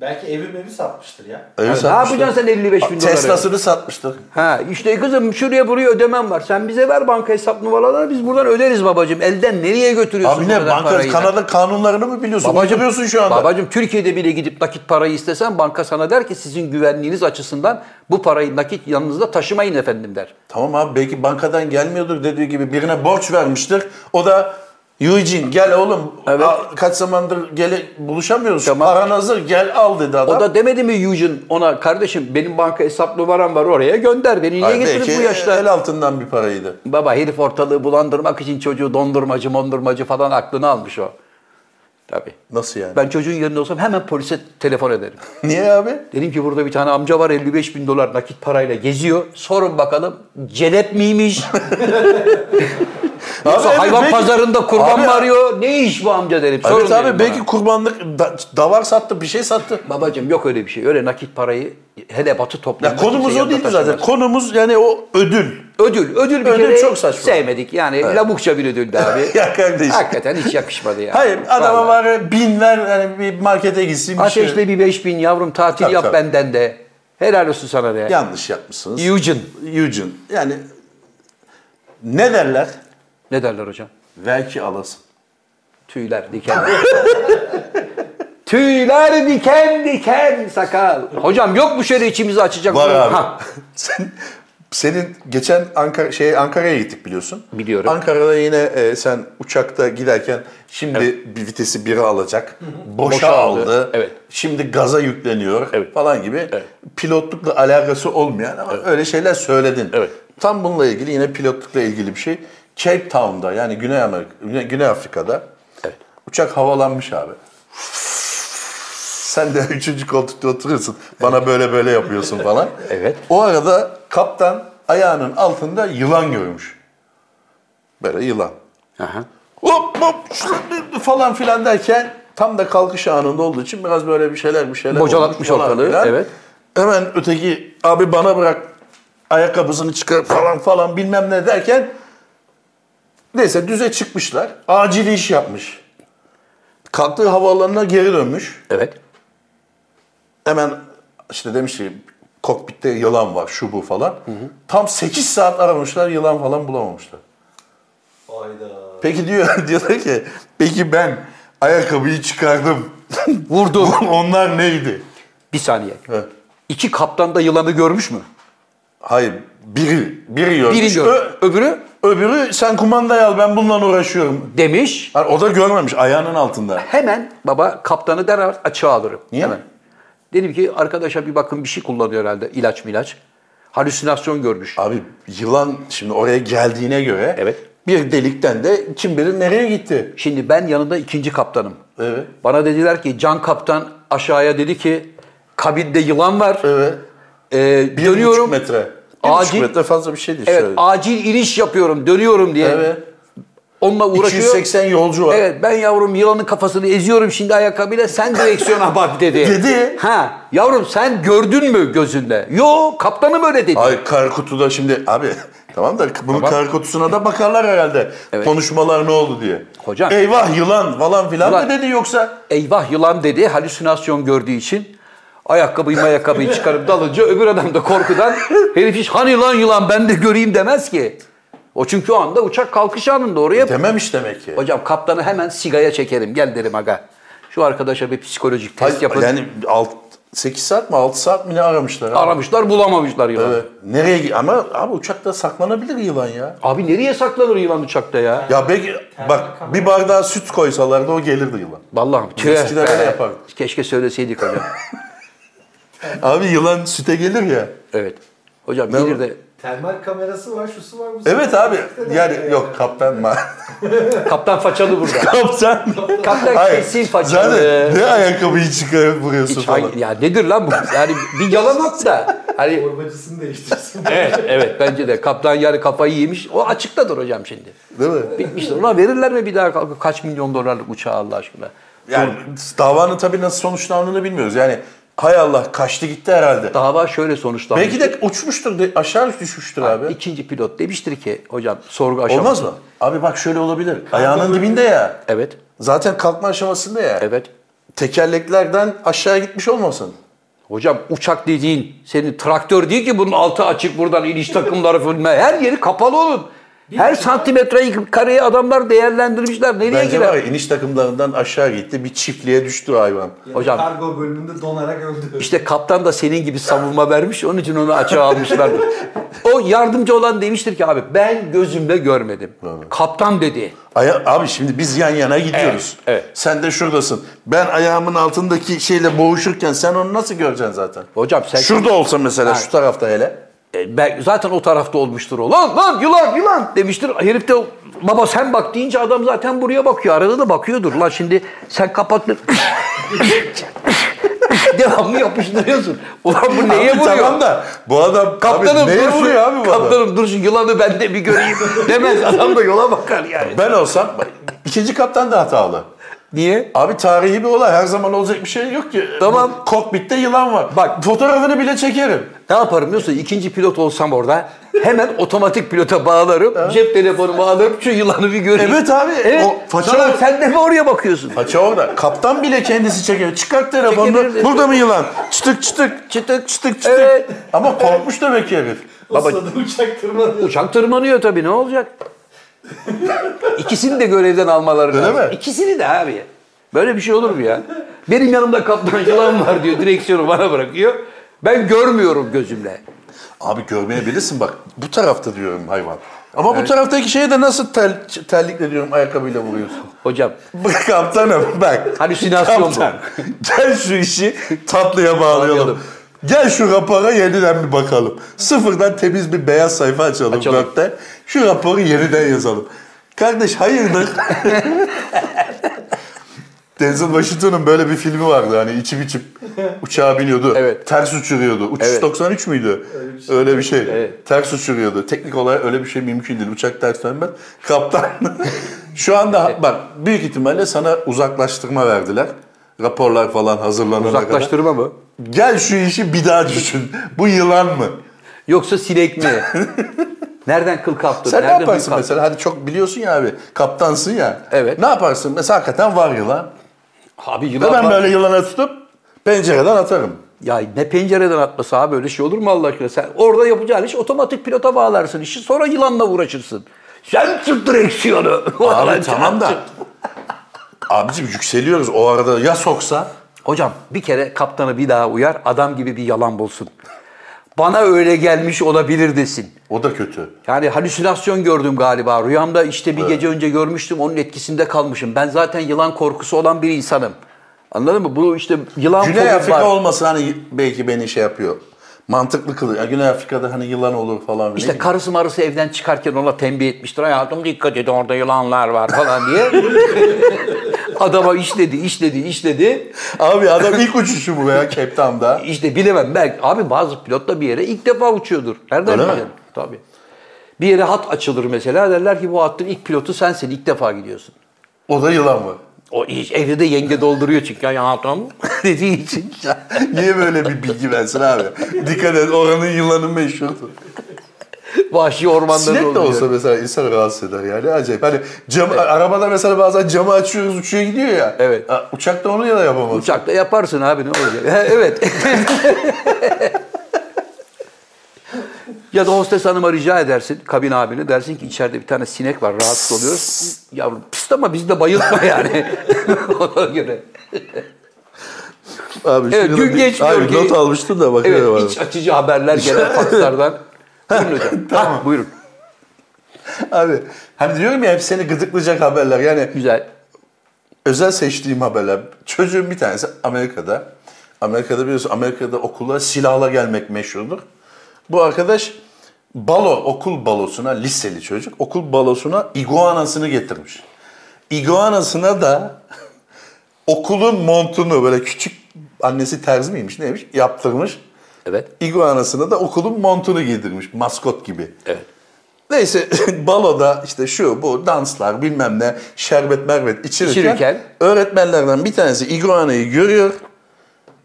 Speaker 3: Belki evi evi satmıştır ya.
Speaker 2: Evi
Speaker 1: Yani ne
Speaker 2: satmıştır.
Speaker 1: yapacaksın sen 55 bin doları?
Speaker 2: Tesla'sını satmıştır.
Speaker 1: Ha işte kızım şuraya buraya ödemem var. Sen bize ver banka hesap numaralarını biz buradan öderiz babacığım. Elden nereye götürüyorsun
Speaker 2: Abi
Speaker 1: bu
Speaker 2: ne
Speaker 1: kadar
Speaker 2: banka
Speaker 1: parayı?
Speaker 2: Kanada kanunlarını mı biliyorsun? Uyduruyorsun şu anda.
Speaker 1: Babacım Türkiye'de bile gidip nakit parayı istesen banka sana der ki sizin güvenliğiniz açısından bu parayı nakit yanınızda taşımayın efendim der.
Speaker 2: Tamam abi belki bankadan gelmiyordur dediği gibi birine borç vermiştir. O da Eugene gel oğlum
Speaker 1: Evet.
Speaker 2: Aa, kaç zamandır gele, buluşamıyoruz.
Speaker 1: Tamam.
Speaker 2: Paran hazır gel al dedi adam.
Speaker 1: O da demedi mi Eugene ona kardeşim benim banka hesap numaram var oraya gönder beni niye
Speaker 2: Hayır,
Speaker 1: getirip
Speaker 2: belki
Speaker 1: bu yaşta?
Speaker 2: El altından bir paraydı.
Speaker 1: Baba herif ortalığı bulandırmak için çocuğu dondurmacı mondurmacı falan aklını almış o. Tabii.
Speaker 2: Nasıl yani?
Speaker 1: Ben çocuğun yerinde olsam hemen polise telefon ederim.
Speaker 2: Niye abi?
Speaker 1: Dedim ki burada bir tane amca var 55 bin dolar nakit parayla geziyor. Sorun bakalım celep miymiş? [LAUGHS] Yoksa
Speaker 2: evet,
Speaker 1: hayvan
Speaker 2: belki-
Speaker 1: pazarında kurban
Speaker 2: Abi-
Speaker 1: mı arıyor? Ne iş bu amca derim. Sorun
Speaker 2: Evet abi
Speaker 1: derim
Speaker 2: belki
Speaker 1: bana.
Speaker 2: kurbanlık da- davar sattı bir şey sattı.
Speaker 1: Babacım yok öyle bir şey. Öyle nakit parayı hele batı
Speaker 2: Ya
Speaker 1: toplumunda.
Speaker 2: konumuz
Speaker 1: kimse
Speaker 2: o değildi
Speaker 1: yanında
Speaker 2: zaten.
Speaker 1: taşımaz.
Speaker 2: Konumuz yani o ödül.
Speaker 1: Ödül. Ödül bir
Speaker 2: Ödül
Speaker 1: kere
Speaker 2: çok saçma.
Speaker 1: sevmedik. Yani labukça bir ödüldü abi.
Speaker 2: [LAUGHS] Ya kardeşim.
Speaker 1: Hakikaten hiç yakışmadı yani.
Speaker 2: Hayır adama
Speaker 1: Vallahi.
Speaker 2: var bin ver yani bir markete gitsin. Bir şey-
Speaker 1: Ateşle bir 5000 yavrum tatil
Speaker 2: Tabii,
Speaker 1: yap
Speaker 2: tabii.
Speaker 1: benden de. Helal olsun sana de.
Speaker 2: Yanlış yapmışsınız.
Speaker 1: Eugene.
Speaker 2: Eugene. Yani ne derler?
Speaker 1: Ne derler hocam?
Speaker 2: Belki alasın.
Speaker 1: Tüyler diken. [LAUGHS] Tüyler diken diken sakal. Hocam yok mu şöyle içimizi açacak?
Speaker 2: Var
Speaker 1: olan?
Speaker 2: abi.
Speaker 1: Ha.
Speaker 2: [LAUGHS] Sen senin geçen Ankara şey Ankara'ya gittik biliyorsun.
Speaker 1: Biliyorum.
Speaker 2: Ankara'da yine e, sen uçakta giderken şimdi bir vitesi biri alacak. Boşa,
Speaker 1: Boşa aldı.
Speaker 2: aldı.
Speaker 1: Evet.
Speaker 2: Şimdi gaza yükleniyor
Speaker 1: Evet.
Speaker 2: falan gibi.
Speaker 1: Evet.
Speaker 2: Pilotlukla alakası olmayan ama öyle şeyler söyledin.
Speaker 1: Evet.
Speaker 2: Tam bununla ilgili yine pilotlukla ilgili bir şey. Cape Town'da yani Güney Amerika Güney, Güney Afrika'da
Speaker 1: Evet.
Speaker 2: uçak havalanmış abi. Sen de [LAUGHS] üçüncü koltukta oturuyorsun. Bana böyle böyle yapıyorsun falan.
Speaker 1: [LAUGHS] Evet.
Speaker 2: O arada kaptan ayağının altında yılan görmüş. Böyle yılan.
Speaker 1: Aha.
Speaker 2: Hop hop şurada falan filan derken tam da kalkış anında olduğu için biraz böyle bir şeyler bir şeyler
Speaker 1: Bocalatmış
Speaker 2: olmuş falan
Speaker 1: ortalığı,
Speaker 2: filan.
Speaker 1: evet.
Speaker 2: Hemen öteki abi bana bırak ayakkabısını çıkar falan falan bilmem ne derken neyse düze çıkmışlar. Acil iş yapmış. Kalktığı havaalanına geri dönmüş.
Speaker 1: Evet.
Speaker 2: Hemen işte demiş ki kokpitte yılan var şu bu falan. Tam 8 saat aramışlar yılan falan bulamamışlar.
Speaker 3: Hayda.
Speaker 2: Peki diyor [LAUGHS] diyorlar ki peki ben ayakkabıyı çıkardım. [LAUGHS]
Speaker 1: Vurdu.
Speaker 2: Onlar neydi?
Speaker 1: Bir saniye.
Speaker 2: Evet.
Speaker 1: İki kaptan da yılanı görmüş mü?
Speaker 2: Hayır biri biri görmüş.
Speaker 1: Biri gör.
Speaker 2: Ö-
Speaker 1: Öbürü
Speaker 2: öbürü sen kumandayı al ben bununla uğraşıyorum.
Speaker 1: demiş.
Speaker 2: Ha, o da görmemiş ayağının altında.
Speaker 1: Hemen baba kaptanı derhal açığa alırım.
Speaker 2: Niye?
Speaker 1: Hemen. Dedim ki arkadaşa bir bakın bir şey kullanıyor herhalde ilaç milaç. Halüsinasyon görmüş.
Speaker 2: Abi yılan şimdi oraya geldiğine göre
Speaker 1: Evet.
Speaker 2: bir delikten de kim bilir nereye gitti.
Speaker 1: Şimdi ben yanında ikinci kaptanım.
Speaker 2: Evet.
Speaker 1: Bana dediler ki can kaptan aşağıya dedi ki kabinde yılan var.
Speaker 2: Evet.
Speaker 1: Ee,
Speaker 2: Bir
Speaker 1: dönüyorum.
Speaker 2: buçuk metre. Bir buçuk
Speaker 1: Acil,
Speaker 2: metre fazla bir şey değil.
Speaker 1: evet,
Speaker 2: söyle.
Speaker 1: acil iniş yapıyorum dönüyorum diye.
Speaker 2: Evet.
Speaker 1: Onunla uğraşıyor.
Speaker 2: 280 yolcu var.
Speaker 1: Evet ben yavrum yılanın kafasını eziyorum şimdi ayakkabıyla sen direksiyona bak dedi.
Speaker 2: [LAUGHS] Dedi.
Speaker 1: Ha yavrum sen gördün mü gözünle? Yo kaptanım öyle dedi.
Speaker 2: Ay kar kutuda şimdi abi [LAUGHS] tamam da bunun
Speaker 1: Tamam.
Speaker 2: kar kutusuna da bakarlar herhalde.
Speaker 1: Evet.
Speaker 2: Konuşmalar ne oldu diye.
Speaker 1: Hocam-
Speaker 2: Eyvah yılan falan filan
Speaker 1: Ulan-
Speaker 2: mı dedi yoksa?
Speaker 1: Eyvah yılan dedi halüsinasyon gördüğü için. Ayakkabıyı ayakkabıyı çıkarıp dalınca öbür adam da
Speaker 2: [LAUGHS]
Speaker 1: korkudan herif hiç hani lan yılan ben de göreyim demez ki. O çünkü o anda uçak kalkış anında oraya
Speaker 2: Dememiş demek ki.
Speaker 1: Hocam kaptanı hemen sigaya çekerim. Gel derim aga. Şu arkadaşa bir psikolojik test yapın.
Speaker 2: Yani 8 saat mi 6 saat mi ne aramışlar? ha?
Speaker 1: Aramışlar bulamamışlar yılanı.
Speaker 2: Ee, Nereye gi- ama abi uçakta saklanabilir yılan ya.
Speaker 1: Abi nereye saklanır yılan uçakta ya?
Speaker 2: Ya belki bak bir bardağa süt koysalardı o gelirdi yılan.
Speaker 1: Vallahi
Speaker 2: Biz eskiden öyle yapardık.
Speaker 1: Keşke söyleseydik hocam.
Speaker 2: [LAUGHS] Abi yılan süte gelir ya.
Speaker 1: evet. Hocam gelir de
Speaker 3: Termal kamerası var, şusu var, bu
Speaker 2: Evet abi yani yok kaptan mı?
Speaker 1: kaptan façalı burada.
Speaker 2: [LAUGHS] kaptan.
Speaker 1: kaptan kesin façalı.
Speaker 2: Zaten ne ayakkabıyı çıkarıp vuruyorsun
Speaker 1: Hiç-
Speaker 2: falan.
Speaker 1: hayır, ya nedir lan bu? Yani bir yalamak da.
Speaker 2: [LAUGHS]
Speaker 1: Hani
Speaker 3: Torbacısını değiştirsin.
Speaker 1: evet evet bence de kaptan yani kafayı yemiş. O açıktadır hocam şimdi.
Speaker 2: Değil mi?
Speaker 1: Bitmiştir. Ulan verirler mi bir daha kalkıp kaç milyon dolarlık uçağı Allah aşkına?
Speaker 2: Yani davanın tabii nasıl sonuçlandığını bilmiyoruz. Yani hay Allah kaçtı gitti herhalde.
Speaker 1: Dava şöyle sonuçlandı.
Speaker 2: Belki de uçmuştur, de- aşağı düşmüştür abi.
Speaker 1: İkinci pilot demiştir ki hocam sorgu aşaması.
Speaker 2: Olmaz mı? Abi bak şöyle olabilir. Ayağının dibinde ya.
Speaker 1: Evet.
Speaker 2: Zaten kalkma aşamasında ya.
Speaker 1: Evet.
Speaker 2: Tekerleklerden aşağı gitmiş olmasın.
Speaker 1: Hocam uçak dediğin senin traktör değil ki bunun altı açık buradan iniş takımları falan. Her yeri kapalı olun. Her santimetreyi kareye adamlar değerlendirmişler. Nereye
Speaker 2: Bence
Speaker 1: girer?
Speaker 2: var ya, iniş takımlarından aşağı gitti. Bir çiftliğe düştü hayvan.
Speaker 1: Hocam-
Speaker 3: Kargo bölümünde donarak öldü.
Speaker 1: İşte kaptan da senin gibi savunma vermiş. Onun için onu açığa almışlardır. o yardımcı olan demiştir ki abi ben gözümle görmedim. Kaptan dedi.
Speaker 2: Aya- abi şimdi biz yan yana gidiyoruz.
Speaker 1: evet.
Speaker 2: Sen de şuradasın. Ben ayağımın altındaki şeyle boğuşurken sen onu nasıl göreceksin zaten?
Speaker 1: Hocam sen
Speaker 2: Şurada olsa mesela
Speaker 1: Ha.
Speaker 2: şu tarafta hele.
Speaker 1: E, ben- zaten o tarafta olmuştur o. Lan lan yılan yılan demiştir. Herif de baba sen bak deyince adam zaten buraya bakıyor. Arada da bakıyordur. Lan şimdi sen kapattın. [LAUGHS] Devamlı yapıştırıyorsun. Ulan bu neye
Speaker 2: Abi
Speaker 1: vuruyor?
Speaker 2: Tamam da bu adam
Speaker 1: Kaptanım
Speaker 2: abi, neye
Speaker 1: dur şu-
Speaker 2: vuruyor abi bu adam?
Speaker 1: Kaptanım dur şu yılanı ben de bir göreyim [LAUGHS] demez. Adam da yola bakar yani.
Speaker 2: Ben olsam ikinci kaptan da hatalı.
Speaker 1: Niye?
Speaker 2: Abi tarihi bir olay. Her zaman olacak bir şey yok ki.
Speaker 1: Tamam.
Speaker 2: Bu Kokpitte yılan var.
Speaker 1: Bak.
Speaker 2: fotoğrafını bile çekerim.
Speaker 1: Ne yaparım biliyorsun? İkinci pilot olsam orada hemen otomatik pilota bağlarım. Cep telefonumu alırım şu yılanı bir göreyim.
Speaker 2: Evet abi,
Speaker 1: Evet.
Speaker 2: o faça-
Speaker 1: Lan sen de mi oraya bakıyorsun?
Speaker 2: Paça orada. Kaptan bile kendisi çeker. Çıkart telefonunu.
Speaker 1: Çekebilir.
Speaker 2: Burada mı yılan? Çıtık çıtık. Çıtık çıtık çıtık.
Speaker 1: Evet.
Speaker 2: Ama korkmuş demek ki herif.
Speaker 3: O sırada uçak tırmanıyor.
Speaker 1: Uçak tırmanıyor tabii ne olacak? İkisini de görevden almaları lazım.
Speaker 2: mi?
Speaker 1: İkisini de abi. Böyle bir şey olur mu ya? Benim yanımda kaptan yılan var diyor. Direksiyonu bana bırakıyor. Ben görmüyorum gözümle.
Speaker 2: Abi görmeyebilirsin bak. Bu tarafta diyorum hayvan. Ama bu taraftaki şeye de nasıl tel, terlikle diyorum ayakkabıyla [LAUGHS] vuruyorsun?
Speaker 1: Hocam
Speaker 2: Bak kaptanım bak.
Speaker 1: Halüsinasyon Hani bu.
Speaker 2: Gel şu işi tatlıya bağlayalım.
Speaker 1: Bağlayalım.
Speaker 2: Gel şu rapora yeniden bir bakalım. Sıfırdan temiz bir beyaz sayfa açalım,
Speaker 1: Açalım.
Speaker 2: Word'de. Şu raporu yeniden yazalım. Kardeş hayırdır? Denzel Washington'ın böyle bir filmi vardı hani içip içip uçağa biniyordu.
Speaker 1: Evet.
Speaker 2: Ters uçuruyordu. Uçuş
Speaker 1: Evet.
Speaker 2: 93 müydü? Öyle bir şey.
Speaker 1: Evet.
Speaker 2: Ters uçuruyordu. Teknik olarak öyle bir şey mümkün değil. Uçak ters dönmez. Kaptan [LAUGHS] şu anda bak büyük ihtimalle sana uzaklaştırma verdiler. Raporlar falan hazırlanana kadar.
Speaker 1: uzaklaştırma mı?
Speaker 2: Gel şu işi bir daha düşün. Bu yılan mı?
Speaker 1: Yoksa sinek mi? Nereden kıl kaptın?
Speaker 2: Sen
Speaker 1: Nereden
Speaker 2: ne
Speaker 1: bıyık
Speaker 2: yaparsın
Speaker 1: kaptın?
Speaker 2: mesela? Hadi çok biliyorsun ya abi. Kaptansın ya.
Speaker 1: Evet.
Speaker 2: Ne yaparsın? Mesela hakikaten var yılan.
Speaker 1: Abi
Speaker 2: Ve
Speaker 1: yılan
Speaker 2: ben
Speaker 1: var.
Speaker 2: böyle yılana tutup pencereden atarım.
Speaker 1: Ya ne pencereden atması abi öyle şey olur mu Allah aşkına? Sen orada yapacağın iş otomatik pilota bağlarsın işi sonra yılanla uğraşırsın. Sen tut direksiyonu. [LAUGHS] Ulan
Speaker 2: Abi tamam
Speaker 1: sen
Speaker 2: da.
Speaker 1: tut.
Speaker 2: [LAUGHS] Abicim yükseliyoruz o arada ya soksa?
Speaker 1: Hocam bir kere kaptanı bir daha uyar adam gibi bir yalan bulsun. Bana öyle gelmiş olabilir desin.
Speaker 2: O da kötü.
Speaker 1: Yani halüsinasyon gördüm galiba. Rüyamda işte bir gece önce görmüştüm onun etkisinde kalmışım. Ben zaten yılan korkusu olan bir insanım. Anladın mı? Bu işte yılan
Speaker 2: Güney
Speaker 1: fobim
Speaker 2: Afrika
Speaker 1: var.
Speaker 2: olmasa hani belki beni şey yapıyor. Mantıklı kılıyor. Yani Güney Afrika'da hani yılan olur falan.
Speaker 1: İşte
Speaker 2: İşte
Speaker 1: karısı marısı evden çıkarken ona tembih etmiştir. Hayatım dikkat et orada yılanlar var falan diye.
Speaker 2: [LAUGHS]
Speaker 1: Adama işledi, işledi, işledi.
Speaker 2: Abi adam ilk uçuşu bu ya Cape Town'da.
Speaker 1: İşte bilemem belki. Abi bazı pilot da bir yere ilk defa uçuyordur. Nereden
Speaker 2: Öyle mi?
Speaker 1: bileceksin? Tabii. Bir yere hat açılır mesela. Derler ki bu hattın ilk pilotu sensin. ilk defa gidiyorsun.
Speaker 2: O da yılan mı? [LAUGHS]
Speaker 1: O iş, evde de yenge dolduruyor çünkü hayatım [LAUGHS] dediği için.
Speaker 2: Niye böyle bir bilgi versin abi? Dikkat et oranın yılanı meşhurdur.
Speaker 1: Vahşi ormanlarda
Speaker 2: Sinek de
Speaker 1: oluyor.
Speaker 2: olsa mesela insan rahatsız eder yani acayip. Hani cam, arabada mesela bazen camı açıyoruz uçuyor gidiyor ya.
Speaker 1: Evet.
Speaker 2: Ha, Uçakta onu ya da yapamaz.
Speaker 1: Uçakta yaparsın abi ne olacak? Ha, evet. [LAUGHS] ya da hostes hanıma rica edersin kabin abini. Dersin ki içeride bir tane sinek var rahatsız oluyoruz. Yavrum pist ama bizi de bayıltma yani. [LAUGHS] Ona göre.
Speaker 2: Abi,
Speaker 1: Evet,
Speaker 2: şurada
Speaker 1: gün
Speaker 2: bir-
Speaker 1: geçmiyor
Speaker 2: Abi,
Speaker 1: ki-
Speaker 2: Not almıştım da bakıyorum
Speaker 1: Evet
Speaker 2: abi.
Speaker 1: Ee, iç açıcı haberler [LAUGHS] gelen fakslardan. Buyurun [LAUGHS] hocam. Ha, buyurun.
Speaker 2: Abi hani diyorum ya hep seni gıdıklayacak haberler. Yani
Speaker 1: Güzel.
Speaker 2: özel seçtiğim haberler. Çocuğun bir tanesi Amerika'da. Amerika'da biliyorsun Amerika'da okullar silahla gelmek meşhurdur. Bu arkadaş balo, okul balosuna, liseli çocuk, okul balosuna iguanasını getirmiş. Iguanasına da [LAUGHS] okulun montunu böyle küçük annesi terzi miymiş neymiş yaptırmış.
Speaker 1: Evet.
Speaker 2: Iguanasına da okulun montunu giydirmiş maskot gibi.
Speaker 1: Evet.
Speaker 2: Neyse [LAUGHS] baloda işte şu bu danslar bilmem ne şerbet mervet içirirken,
Speaker 1: İçirirken.
Speaker 2: öğretmenlerden bir tanesi iguanayı görüyor.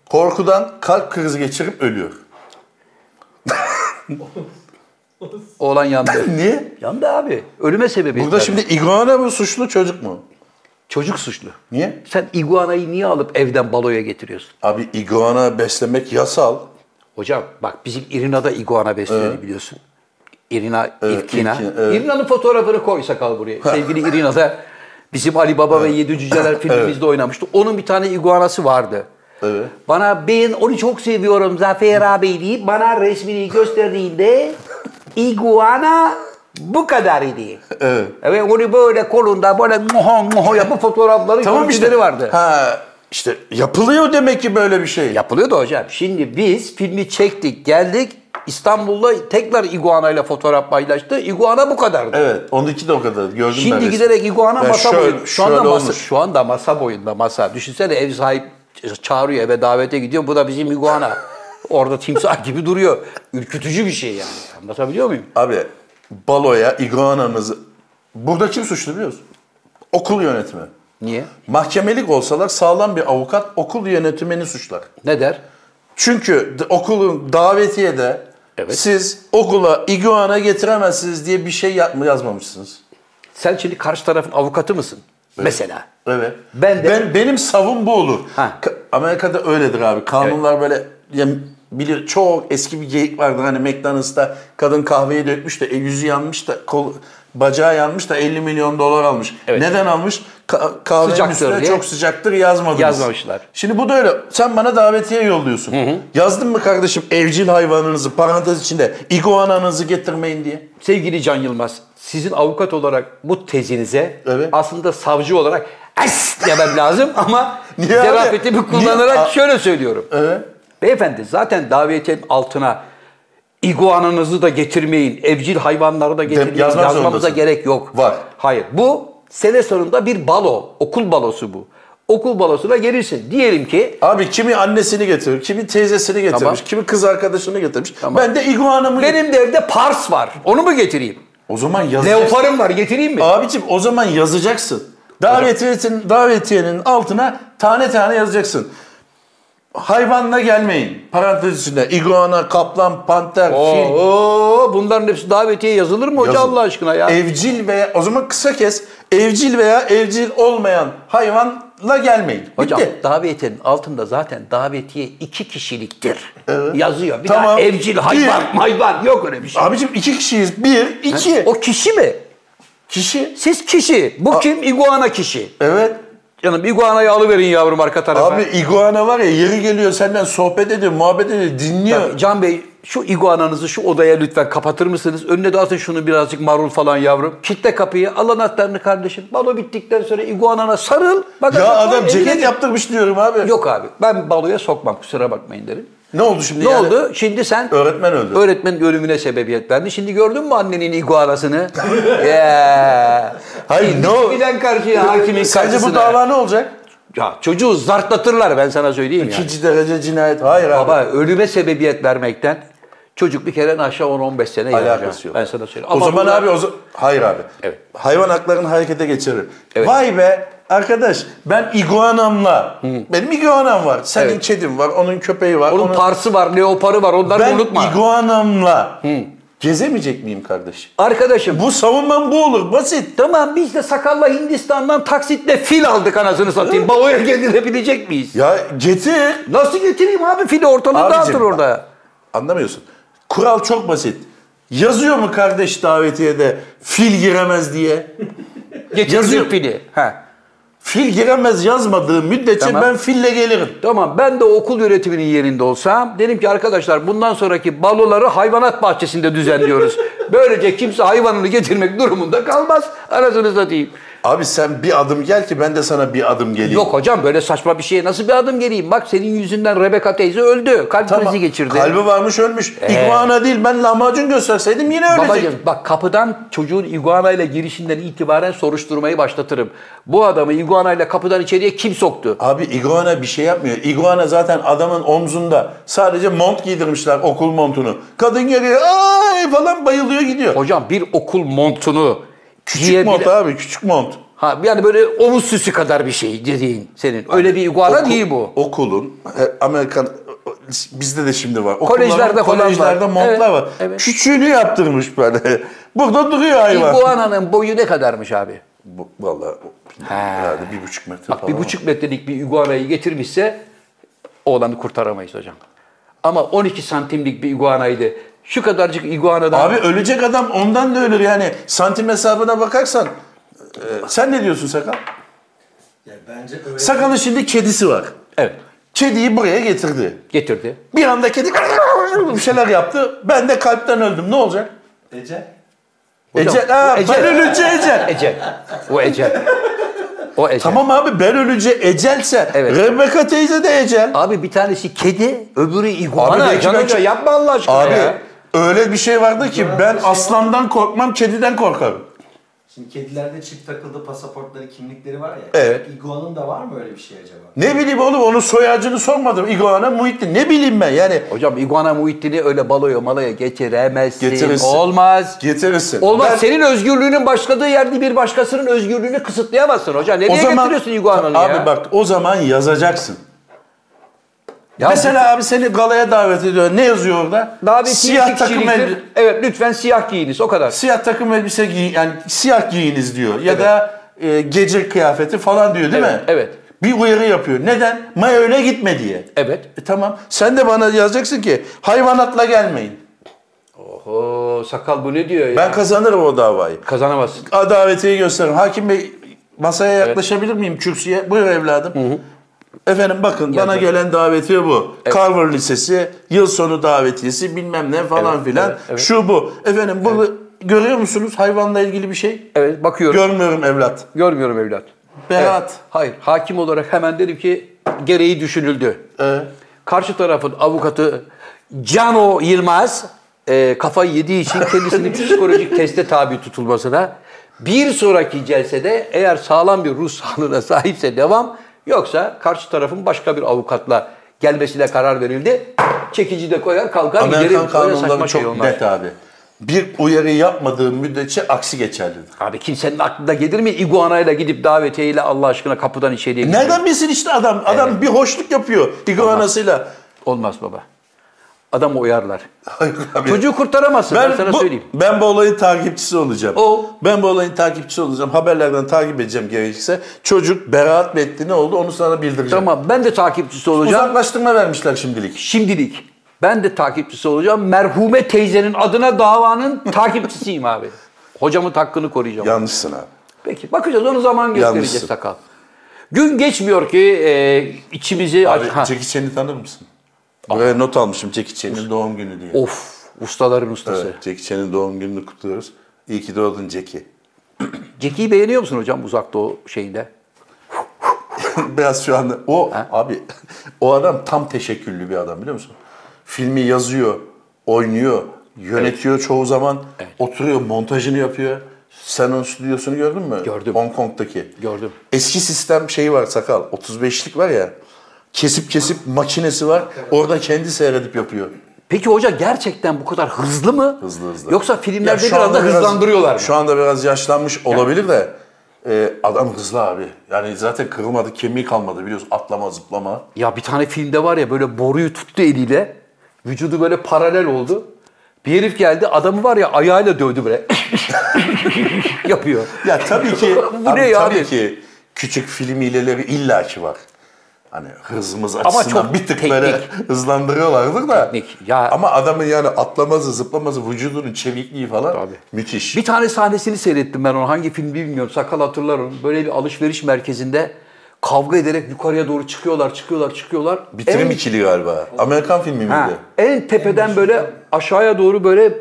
Speaker 2: Korkudan kalp krizi geçirip ölüyor. [LAUGHS]
Speaker 1: Oğlan yandı.
Speaker 2: Niye?
Speaker 1: [LAUGHS] yandı abi. Ölüme sebebi.
Speaker 2: Burada şimdi iguana mı suçlu çocuk mu?
Speaker 1: Çocuk suçlu.
Speaker 2: Niye?
Speaker 1: Sen iguanayı niye alıp evden baloya getiriyorsun?
Speaker 2: Abi iguana beslemek yasal.
Speaker 1: Hocam bak bizim Irina'da iguana besliyor biliyorsun. Irina
Speaker 2: Evet,
Speaker 1: İlkina.
Speaker 2: İlkina, evet.
Speaker 1: Irina'nın fotoğrafını koysak al buraya. Sevgili Irina'da bizim Ali Baba ve Yedi
Speaker 2: [LAUGHS]
Speaker 1: Cüceler filmimizde oynamıştı. Onun bir tane iguanası vardı.
Speaker 2: Evet.
Speaker 1: Bana ben onu çok seviyorum Zafer abi deyip bana resmini
Speaker 2: [LAUGHS]
Speaker 1: gösterdiğinde iguana bu kadar idi.
Speaker 2: Evet.
Speaker 1: Ve onu böyle kolunda böyle muho muho yapıp fotoğrafları görüntüleri vardı.
Speaker 2: Ha işte yapılıyor demek ki böyle bir şey.
Speaker 1: Yapılıyordu hocam. Şimdi biz filmi çektik, geldik. İstanbul'da tekrar iguana ile fotoğraf paylaştı. Iguana bu kadardı.
Speaker 2: Evet. Ondaki de o kadar. Gördüm ben.
Speaker 1: Şimdi
Speaker 2: resmi.
Speaker 1: giderek iguana
Speaker 2: Ya
Speaker 1: masa
Speaker 2: şöyle-
Speaker 1: boyunda. Şu anda
Speaker 2: şöyle
Speaker 1: masa,
Speaker 2: olmuş.
Speaker 1: şu anda masa boyunda masa. Düşünsene ev sahip çağırıyor eve davete gidiyor. Bu da bizim iguana. Orada timsah gibi duruyor. Ürkütücü bir şey yani. Anlatabiliyor muyum?
Speaker 2: Abi baloya iguanamızı... Burada kim suçlu biliyor musun? Okul yönetimi.
Speaker 1: Niye?
Speaker 2: Mahkemelik olsalar sağlam bir avukat okul yönetimini suçlar.
Speaker 1: Ne der?
Speaker 2: Çünkü d- okulun davetiye de
Speaker 1: Evet.
Speaker 2: siz okula iguana getiremezsiniz diye bir şey yap- yazmamışsınız.
Speaker 1: Sen şimdi karşı tarafın avukatı mısın? Mesela.
Speaker 2: Evet.
Speaker 1: Ben de-
Speaker 2: ben benim savun bu olur.
Speaker 1: Ha.
Speaker 2: Ka- Amerika'da öyledir abi. Kanunlar böyle ya bilir çok eski bir geyik vardır hani McDonald's'ta kadın kahveyi dökmüş de e, yüzü yanmış da kol bacağı yanmış da 50 milyon dolar almış.
Speaker 1: Evet.
Speaker 2: Neden almış? Ka- kahvenin
Speaker 1: Sıcaktır
Speaker 2: üstüne
Speaker 1: diye.
Speaker 2: çok sıcaktır yazmadınız.
Speaker 1: Yazmamışlar.
Speaker 2: Şimdi bu da öyle. Sen bana davetiye yolluyorsun. Yazdın mı kardeşim evcil hayvanınızı parantez içinde iguananızı getirmeyin diye?
Speaker 1: Sevgili Can Yılmaz, sizin avukat olarak bu tezinize
Speaker 2: Evet.
Speaker 1: aslında savcı olarak es demem lazım ama
Speaker 2: [LAUGHS] Niye abi?
Speaker 1: zarafetimi kullanarak
Speaker 2: Niye? Aa.
Speaker 1: şöyle söylüyorum.
Speaker 2: Evet.
Speaker 1: Beyefendi zaten davetiyenin altına iguananızı da getirmeyin, evcil hayvanları da getirmeyin,
Speaker 2: yazmak
Speaker 1: yazmamıza
Speaker 2: zorundasın.
Speaker 1: gerek yok.
Speaker 2: Var.
Speaker 1: Hayır. Bu sene sonunda bir balo, okul balosu bu. Okul balosuna gelirsin. Diyelim ki
Speaker 2: Abi kimi annesini getirir, kimi teyzesini getirmiş,
Speaker 1: Tamam.
Speaker 2: kimi kız arkadaşını getirmiş.
Speaker 1: Tamam.
Speaker 2: Ben de iguanamı getirdim.
Speaker 1: benim de evde pars var. Onu mu getireyim?
Speaker 2: O zaman yazacaksın.
Speaker 1: Leoparım var getireyim mi?
Speaker 2: Abicim o zaman yazacaksın. Davetiyenin, davetiyenin altına tane tane yazacaksın. Hayvanla gelmeyin. Parantez içinde iguana, kaplan, panter, fil.
Speaker 1: Oo, bunların hepsi davetiye yazılır mı hoca
Speaker 2: Yazın.
Speaker 1: Allah aşkına
Speaker 2: E,
Speaker 1: ya?
Speaker 2: Evcil veya o zaman kısa kes. Evcil veya evcil olmayan hayvanla gelmeyin. Bitti.
Speaker 1: Hocam davetiyenin altında zaten davetiye iki kişiliktir. Yazıyor. Bir
Speaker 2: Tamam.
Speaker 1: daha evcil hayvan,
Speaker 2: Bir.
Speaker 1: hayvan yok öyle bir şey.
Speaker 2: Abicim iki kişiyiz. Bir, iki.
Speaker 1: O kişi mi?
Speaker 2: kişi.
Speaker 1: Siz kişi. Bu kim? İguana kişi.
Speaker 2: Evet.
Speaker 1: Canım iguanayı alıverin yavrum arka tarafa.
Speaker 2: Abi iguana var ya yeri geliyor senden sohbet ediyor, muhabbet ediyor, dinliyor.
Speaker 1: Bak, Can Bey şu iguananızı şu odaya lütfen kapatır mısınız? Önüne de atın şunu birazcık marul falan yavrum. Kitle kapıyı, al anahtarını kardeşim. Balo bittikten sonra iguanana sarıl. Bak,
Speaker 2: Ya
Speaker 1: bak,
Speaker 2: adam
Speaker 1: bak,
Speaker 2: ceket
Speaker 1: evlenin.
Speaker 2: yaptırmış diyorum abi.
Speaker 1: Yok abi ben baloya sokmam kusura bakmayın derim.
Speaker 2: Ne oldu şimdi?
Speaker 1: Ne
Speaker 2: yani?
Speaker 1: oldu? Şimdi sen
Speaker 2: Öğretmen öldü.
Speaker 1: öğretmenin ölümüne sebebiyet verdi. Şimdi gördün mü annenin iguanasını?
Speaker 2: [LAUGHS]
Speaker 1: Ya.
Speaker 2: Hayır,
Speaker 1: Şimdi
Speaker 2: ne o-
Speaker 1: Giden karşıya hakimin
Speaker 2: Sence bu
Speaker 1: karşısına.
Speaker 2: dava ne olacak?
Speaker 1: Ya çocuğu zartlatırlar ben sana söyleyeyim yani.
Speaker 2: İkinci derece cinayet. Hayır abi.
Speaker 1: Baba ölüme sebebiyet vermekten çocuk bir kere aşağı 10-15 sene
Speaker 2: Alakası yok.
Speaker 1: Ben sana söyleyeyim.
Speaker 2: O
Speaker 1: Ama
Speaker 2: zaman
Speaker 1: bunlar-
Speaker 2: abi o zaman... Hayır abi.
Speaker 1: Evet.
Speaker 2: Hayvan haklarını harekete geçirir.
Speaker 1: Evet.
Speaker 2: Vay be arkadaş ben iguanamla. Benim iguanam var. Senin
Speaker 1: Evet.
Speaker 2: kedin var. Onun köpeği var.
Speaker 1: Onun
Speaker 2: onun-
Speaker 1: parsı var, leoparı var onları
Speaker 2: ben
Speaker 1: unutma.
Speaker 2: iguanamla Gezemeyecek miyim kardeşim?
Speaker 1: Arkadaşım
Speaker 2: Bu savunmam bu olur. Basit.
Speaker 1: tamam biz de sakalla Hindistan'dan taksitle fil aldık anasını
Speaker 2: [LAUGHS]
Speaker 1: satayım. Bao'ya gelinebilecek miyiz?
Speaker 2: Ya getir.
Speaker 1: Nasıl getireyim abi fili ortalığı
Speaker 2: Abicim
Speaker 1: dağıtır
Speaker 2: bak.
Speaker 1: orada.
Speaker 2: Anlamıyorsun. Kural çok basit. Yazıyor mu kardeş davetiyede fil giremez diye?
Speaker 1: Getirdim
Speaker 2: Yazıyor.
Speaker 1: fili. Ha.
Speaker 2: Fil giremez yazmadığı müddetçe
Speaker 1: Tamam.
Speaker 2: ben fille gelirim.
Speaker 1: Tamam ben de okul yönetiminin yerinde olsam dedim ki arkadaşlar bundan sonraki baloları hayvanat bahçesinde
Speaker 2: [LAUGHS]
Speaker 1: düzenliyoruz. Böylece kimse hayvanını getirmek durumunda kalmaz. Anasını satayım.
Speaker 2: Abi sen bir adım gel ki ben de sana bir adım geleyim.
Speaker 1: Yok hocam böyle saçma bir şeye nasıl bir adım geleyim? Bak senin yüzünden Rebecca teyze öldü. Kalp
Speaker 2: Tamam.
Speaker 1: krizi geçirdi. Ee.
Speaker 2: Kalbi varmış ölmüş. İguana değil ben lahmacun gösterseydim yine ölecek.
Speaker 1: Babacım bak kapıdan çocuğun iguana ile girişinden itibaren soruşturmayı başlatırım. Bu adamı iguana ile kapıdan içeriye kim soktu?
Speaker 2: Abi iguana bir şey yapmıyor. Iguana zaten adamın omzunda. Sadece mont giydirmişler okul montunu. Kadın geliyor ay falan bayılıyor gidiyor.
Speaker 1: Hocam bir okul montunu
Speaker 2: küçük
Speaker 1: giyebile-
Speaker 2: mont abi küçük mont.
Speaker 1: Ha yani böyle omuz süsü kadar bir şey dediğin senin. Öyle bir iguana
Speaker 2: Okul-
Speaker 1: değil bu.
Speaker 2: Okulun e, Amerikan bizde de şimdi var.
Speaker 1: Kolejlerde falan var.
Speaker 2: kolejlerde montlar
Speaker 1: Evet,
Speaker 2: var.
Speaker 1: evet.
Speaker 2: Küçüğünü yaptırmış böyle. [LAUGHS] Burada duruyor hayvan.
Speaker 1: İguana'nın boyu ne kadarmış abi?
Speaker 2: Bu, vallahi herhalde bir buçuk metre
Speaker 1: Bak
Speaker 2: falan.
Speaker 1: bir buçuk metrelik bir iguanayı getirmişse oğlanı kurtaramayız hocam. Ama 12 santimlik bir iguanaydı. Şu kadarcık iguanadan...
Speaker 2: Abi ölecek adam ondan da ölür yani. Santim hesabına bakarsan. e, sen ne diyorsun Sakal?
Speaker 3: Yani bence öğretmen,
Speaker 2: Sakal'ın şimdi kedisi var.
Speaker 1: Evet.
Speaker 2: Kediyi buraya getirdi.
Speaker 1: Getirdi.
Speaker 2: Bir anda kedi [LAUGHS] bir şeyler yaptı. Ben de kalpten öldüm. Ne olacak?
Speaker 3: Ece
Speaker 1: Hocam,
Speaker 2: Ecel. Ha,
Speaker 1: bu Ecel.
Speaker 2: Ben ölünce ecel.
Speaker 1: Ecel. O ecel. O ecel.
Speaker 2: Tamam abi ben ölünce ecelse.
Speaker 1: Evet.
Speaker 2: Rebecca teyze de ecel.
Speaker 1: Abi bir tanesi kedi, öbürü iguana.
Speaker 2: belki
Speaker 1: Can
Speaker 2: ben
Speaker 1: Hoca
Speaker 2: çok-
Speaker 1: yapma Allah aşkına
Speaker 2: Abi
Speaker 1: ya.
Speaker 2: öyle bir şey vardı ki
Speaker 3: Ya,
Speaker 2: ben
Speaker 3: bir şey-
Speaker 2: aslandan korkmam kediden korkarım.
Speaker 3: Şimdi kedilerde çip takıldı, pasaportları, kimlikleri var ya.
Speaker 2: Evet.
Speaker 3: Iguanın da var mı öyle bir şey acaba?
Speaker 2: Ne bileyim oğlum onun soyacını sormadım. Iguana Muhittin. Ne bileyim ben yani.
Speaker 1: Hocam iguana muhittini öyle baloya malaya getiremezsin.
Speaker 2: Getirirsin.
Speaker 1: Olmaz.
Speaker 2: Getirirsin.
Speaker 1: Olmaz.
Speaker 2: Ben-
Speaker 1: Senin özgürlüğünün başladığı yerde bir başkasının özgürlüğünü kısıtlayamazsın hocam. Nereye getiriyorsun iguananı
Speaker 2: Abi
Speaker 1: ya?
Speaker 2: bak o zaman yazacaksın.
Speaker 1: Ya
Speaker 2: Mesela abi seni galaya davet ediyor. Ne yazıyor orada?
Speaker 1: Davetiye
Speaker 2: siyah
Speaker 1: iki
Speaker 2: takım
Speaker 1: kişiliktir.
Speaker 2: elbi-
Speaker 1: Evet lütfen siyah giyiniz o kadar.
Speaker 2: siyah takım elbise giyin yani siyah giyiniz diyor. Ya
Speaker 1: Evet.
Speaker 2: da e, gece kıyafeti falan diyor değil
Speaker 1: Evet,
Speaker 2: mi?
Speaker 1: evet.
Speaker 2: Bir uyarı yapıyor. Neden? Mayo öyle gitme diye.
Speaker 1: Evet.
Speaker 2: E, tamam. Sen de bana yazacaksın ki hayvanatla gelmeyin.
Speaker 1: Oho sakal bu ne diyor ya?
Speaker 2: Ben kazanırım o davayı.
Speaker 1: Kazanamazsın.
Speaker 2: A davetiyi gösteririm. Hakim Bey masaya yaklaşabilir miyim kürsüye? Buyur evladım. Efendim bakın bana
Speaker 1: Yazın.
Speaker 2: gelen davetiye bu. Carver Lisesi yıl sonu davetiyesi bilmem ne falan
Speaker 1: Evet,
Speaker 2: filan.
Speaker 1: evet, evet.
Speaker 2: Şu bu. Efendim bunu görüyor musunuz? Hayvanla ilgili bir şey.
Speaker 1: Evet bakıyorum.
Speaker 2: Görmüyorum evlat.
Speaker 1: Görmüyorum evlat.
Speaker 2: Berat.
Speaker 1: Evet. Hayır hakim olarak hemen dedim ki gereği düşünüldü.
Speaker 2: Ee,
Speaker 1: Karşı tarafın avukatı Cano Yılmaz e, kafayı yediği için kendisinin psikolojik teste tabi tutulmasına bir sonraki celsede eğer sağlam bir ruh sağlığına sahipse devam yoksa karşı tarafın başka bir avukatla gelmesine karar verildi. Çekici de koyar kalkar giderim.
Speaker 2: Amerikan
Speaker 1: Öyle
Speaker 2: kanunları
Speaker 1: saçma şey
Speaker 2: çok
Speaker 1: onlar.
Speaker 2: net abi. Bir uyarı yapmadığın müddetçe aksi geçerlidir.
Speaker 1: Abi kimsenin aklına gelir mi iguanayla gidip davetiyeyle Allah aşkına kapıdan içeriye gidiyor?
Speaker 2: Nereden bilsin işte adam? Adam bir hoşluk yapıyor iguanasıyla.
Speaker 1: Olmaz baba. Adam uyarlar.
Speaker 2: Hayır abi.
Speaker 1: Çocuğu kurtaramazsın ben, sana
Speaker 2: bu,
Speaker 1: söyleyeyim.
Speaker 2: Ben bu olayın takipçisi olacağım.
Speaker 1: Ol.
Speaker 2: Ben bu olayın takipçisi olacağım. Haberlerden takip edeceğim gerekirse. Çocuk beraat mi etti ne oldu onu sana bildireceğim.
Speaker 1: Tamam ben de takipçisi olacağım.
Speaker 2: Uzaklaştırma vermişler şimdilik.
Speaker 1: Şimdilik ben de takipçisi olacağım. Merhume teyzenin adına
Speaker 2: [LAUGHS]
Speaker 1: davanın takipçisiyim abi. Hocamın hakkını koruyacağım.
Speaker 2: Yanlışsın abi.
Speaker 1: Peki bakacağız onu zaman gösterecek
Speaker 2: Yanlışsın.
Speaker 1: sakal. Gün geçmiyor ki e, içimizi...
Speaker 2: Abi
Speaker 1: aç- Ha,
Speaker 2: Jackie Chan'i tanır mısın? Buraya not almışım Jackie Chan'in doğum günü diye.
Speaker 1: Of ustaların ustası.
Speaker 2: Evet, Şey, Jackie Chan'in doğum gününü kutluyoruz. İyi ki doğdun Jackie. [LAUGHS]
Speaker 1: Ceki'yi beğeniyor musun hocam uzak doğu şeyinde?
Speaker 2: Biraz şu anda o abi [LAUGHS] o adam tam teşekküllü bir adam biliyor musun? Filmi yazıyor, oynuyor, yönetiyor çoğu zaman. Oturuyor, montajını yapıyor. Sen onun stüdyosunu gördün mü?
Speaker 1: Gördüm.
Speaker 2: Hong Kong'daki.
Speaker 1: Gördüm.
Speaker 2: Eski sistem şeyi var sakal. 35'lik var ya. Kesip kesip makinesi var. Orada kendi seyredip yapıyor.
Speaker 1: Peki hoca gerçekten bu kadar hızlı mı?
Speaker 2: Hızlı hızlı.
Speaker 1: Yoksa
Speaker 2: Ya
Speaker 1: filmlerde
Speaker 2: şu
Speaker 1: biraz da
Speaker 2: anda biraz-
Speaker 1: hızlandırıyorlar mı?
Speaker 2: Şu anda biraz yaşlanmış olabilir de e, adam hızlı abi. Yani zaten kırılmadı, kemiği kalmadı biliyorsun. Atlama, zıplama.
Speaker 1: Ya bir tane filmde var ya böyle boruyu tuttu eliyle. Vücudu böyle paralel oldu. Bir herif geldi adamı var ya ayağıyla dövdü böyle. [LAUGHS] Yapıyor.
Speaker 2: Ya tabii ki
Speaker 1: [LAUGHS] Bu ne
Speaker 2: abi,
Speaker 1: ya
Speaker 2: tabii
Speaker 1: abi?
Speaker 2: ki küçük film hileleri illaki var. Hani hızımız
Speaker 1: Ama
Speaker 2: açısından
Speaker 1: çok
Speaker 2: bir tık
Speaker 1: teknik.
Speaker 2: böyle hızlandırıyorlardır da.
Speaker 1: Teknik, ya.
Speaker 2: Ama adamın yani atlaması, zıplaması, vücudunun çevikliği falan
Speaker 1: Tabii.
Speaker 2: müthiş.
Speaker 1: Bir tane sahnesini seyrettim ben onu. Hangi film bilmiyorum. Sakal hatırlar onu. Böyle bir alışveriş merkezinde kavga ederek yukarıya doğru çıkıyorlar, çıkıyorlar, çıkıyorlar.
Speaker 2: Bitirim
Speaker 1: En-
Speaker 2: ikili galiba. Amerikan filmi miydi?
Speaker 1: Ha, en tepeden böyle aşağıya doğru böyle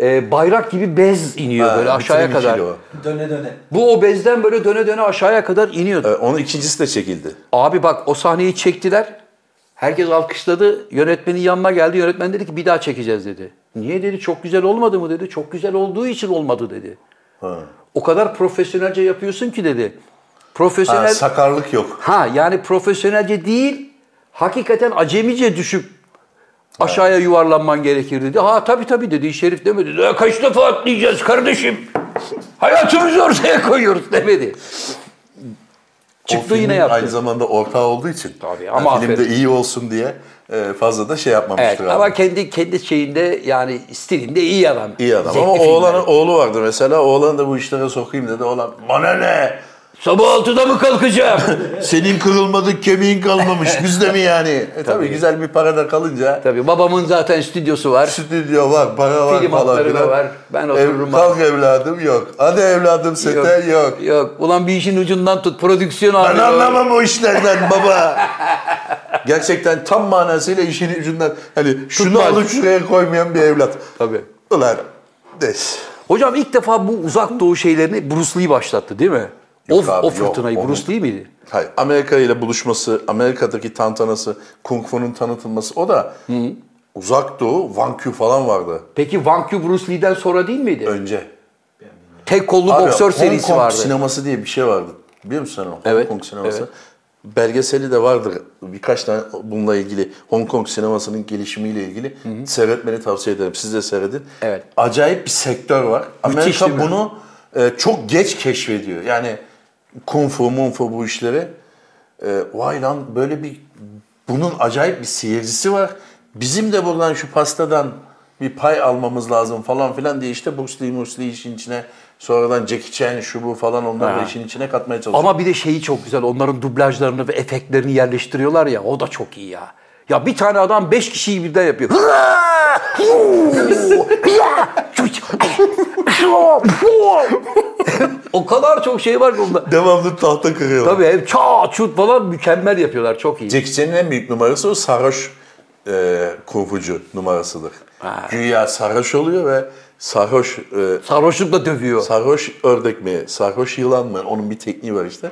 Speaker 1: e, bayrak gibi bez iniyor
Speaker 2: Ha,
Speaker 1: böyle aşağıya
Speaker 2: Bitirim
Speaker 1: kadar.
Speaker 2: ikili o.
Speaker 3: Döne döne.
Speaker 1: Bu o bezden böyle döne döne aşağıya kadar iniyor.
Speaker 2: Ee, onun ikincisi de çekildi.
Speaker 1: Abi bak o sahneyi çektiler. Herkes alkışladı. Yönetmenin yanına geldi. Yönetmen dedi ki bir daha çekeceğiz dedi. Niye dedi? Çok güzel olmadı mı dedi. Çok güzel olduğu için olmadı dedi.
Speaker 2: Ha.
Speaker 1: O kadar profesyonelce yapıyorsun ki dedi.
Speaker 2: Ha,
Speaker 1: Profesyonel ha,
Speaker 2: sakarlık yok.
Speaker 1: yani profesyonelce değil. Hakikaten acemice düşüp aşağıya yuvarlanman gerekir dedi. Ha tabii tabii dedi. Şerif demedi. "Ya kaç defa atlayacağız kardeşim? Hayatımızı ortaya koyuyoruz demedi.
Speaker 2: O
Speaker 1: Çıktı
Speaker 2: filmin
Speaker 1: yine yaptı.
Speaker 2: Aynı zamanda ortağı olduğu için.
Speaker 1: Tabii,
Speaker 2: Yani
Speaker 1: ama
Speaker 2: filmde
Speaker 1: aferin.
Speaker 2: iyi olsun diye e, fazla da şey
Speaker 1: Evet
Speaker 2: yapmamıştır. abi.
Speaker 1: ama kendi kendi şeyinde yani stilinde iyi adam.
Speaker 2: İyi adam.
Speaker 1: Zevkli
Speaker 2: Ama
Speaker 1: filmler.
Speaker 2: oğlanın oğlu vardı mesela. Oğlan da bu işlere sokayım dedi. Oğlan bana ne?
Speaker 1: Sabah 6'da mı
Speaker 2: [LAUGHS]
Speaker 1: kalkacağım?
Speaker 2: Senin kırılmadık kemiğin kalmamış. Bizde mi yani? E, tabii, güzel bir para da kalınca.
Speaker 1: Tabii babamın zaten stüdyosu var.
Speaker 2: Stüdyo var, para var
Speaker 1: Film
Speaker 2: falan
Speaker 1: hakları da
Speaker 2: filan.
Speaker 1: var. Ben
Speaker 2: Ev-
Speaker 1: otururum.
Speaker 2: kalk evladım yok. Hadi evladım sete yok.
Speaker 1: Yok. Ulan bir işin ucundan tut prodüksiyon
Speaker 2: Ben
Speaker 1: abi.
Speaker 2: anlamam o işlerden baba. Gerçekten tam manasıyla işin ucundan. Hani şunu
Speaker 1: Tutmaz.
Speaker 2: alıp şuraya koymayan bir evlat.
Speaker 1: Tabii.
Speaker 2: Ulan des.
Speaker 1: Hocam ilk defa bu uzak doğu şeylerini Bruce Lee başlattı değil mi?
Speaker 2: Yok
Speaker 1: o,
Speaker 2: abi,
Speaker 1: o
Speaker 2: yok.
Speaker 1: fırtınayı
Speaker 2: Onun-
Speaker 1: Bruce Lee miydi?
Speaker 2: Hayır, Amerika ile buluşması, Amerika'daki tantanası, Kung Fu'nun tanıtılması o da uzak doğu, Vancouver falan vardı
Speaker 1: Peki Van Q Bruce Lee'den sonra değil miydi?
Speaker 2: önce.
Speaker 1: Tek kollu
Speaker 2: Abi,
Speaker 1: boksör
Speaker 2: Hong
Speaker 1: serisi
Speaker 2: Kong
Speaker 1: vardı.
Speaker 2: sineması diye bir şey vardı. Biliyor musun sen onu? Hong
Speaker 1: Evet,
Speaker 2: Kong sineması.
Speaker 1: evet.
Speaker 2: Belgeseli de vardır. Birkaç tane bununla ilgili Hong Kong sinemasının gelişimiyle ilgili seyretmeni tavsiye ederim. Siz de seyredin.
Speaker 1: Evet.
Speaker 2: Acayip bir sektör var.
Speaker 1: Müthiş değil
Speaker 2: Amerika
Speaker 1: mi?
Speaker 2: bunu e, çok geç keşfediyor. Yani kung fu, mung fu bu işleri. E, vay lan böyle bir bunun acayip bir seyircisi var. Bizim de buradan şu pastadan bir pay almamız lazım falan filan diye işte Bruce Lee, Bruce Lee işin içine sonradan Jackie Chan şu bu falan onları da
Speaker 1: Ha.
Speaker 2: işin içine katmaya çalışıyor.
Speaker 1: Ama bir de şeyi çok güzel. Onların dublajlarını ve efektlerini yerleştiriyorlar ya. O da çok iyi ya. Ya bir tane adam beş kişiyi birden yapıyor. [LAUGHS] o kadar çok şey var ki onda.
Speaker 2: devamlı tahta kırıyorlar.
Speaker 1: Tabii hem çat çut falan mükemmel yapıyorlar. Çok iyi.
Speaker 2: Jackie Chan'ın en büyük numarası o sarhoş e, kurfucu numarasıdır. Güya sarhoş oluyor ve sarhoş e,
Speaker 1: Sarhoşlukla dövüyor.
Speaker 2: sarhoş ördek mi, sarhoş yılan mı onun bir tekniği var işte.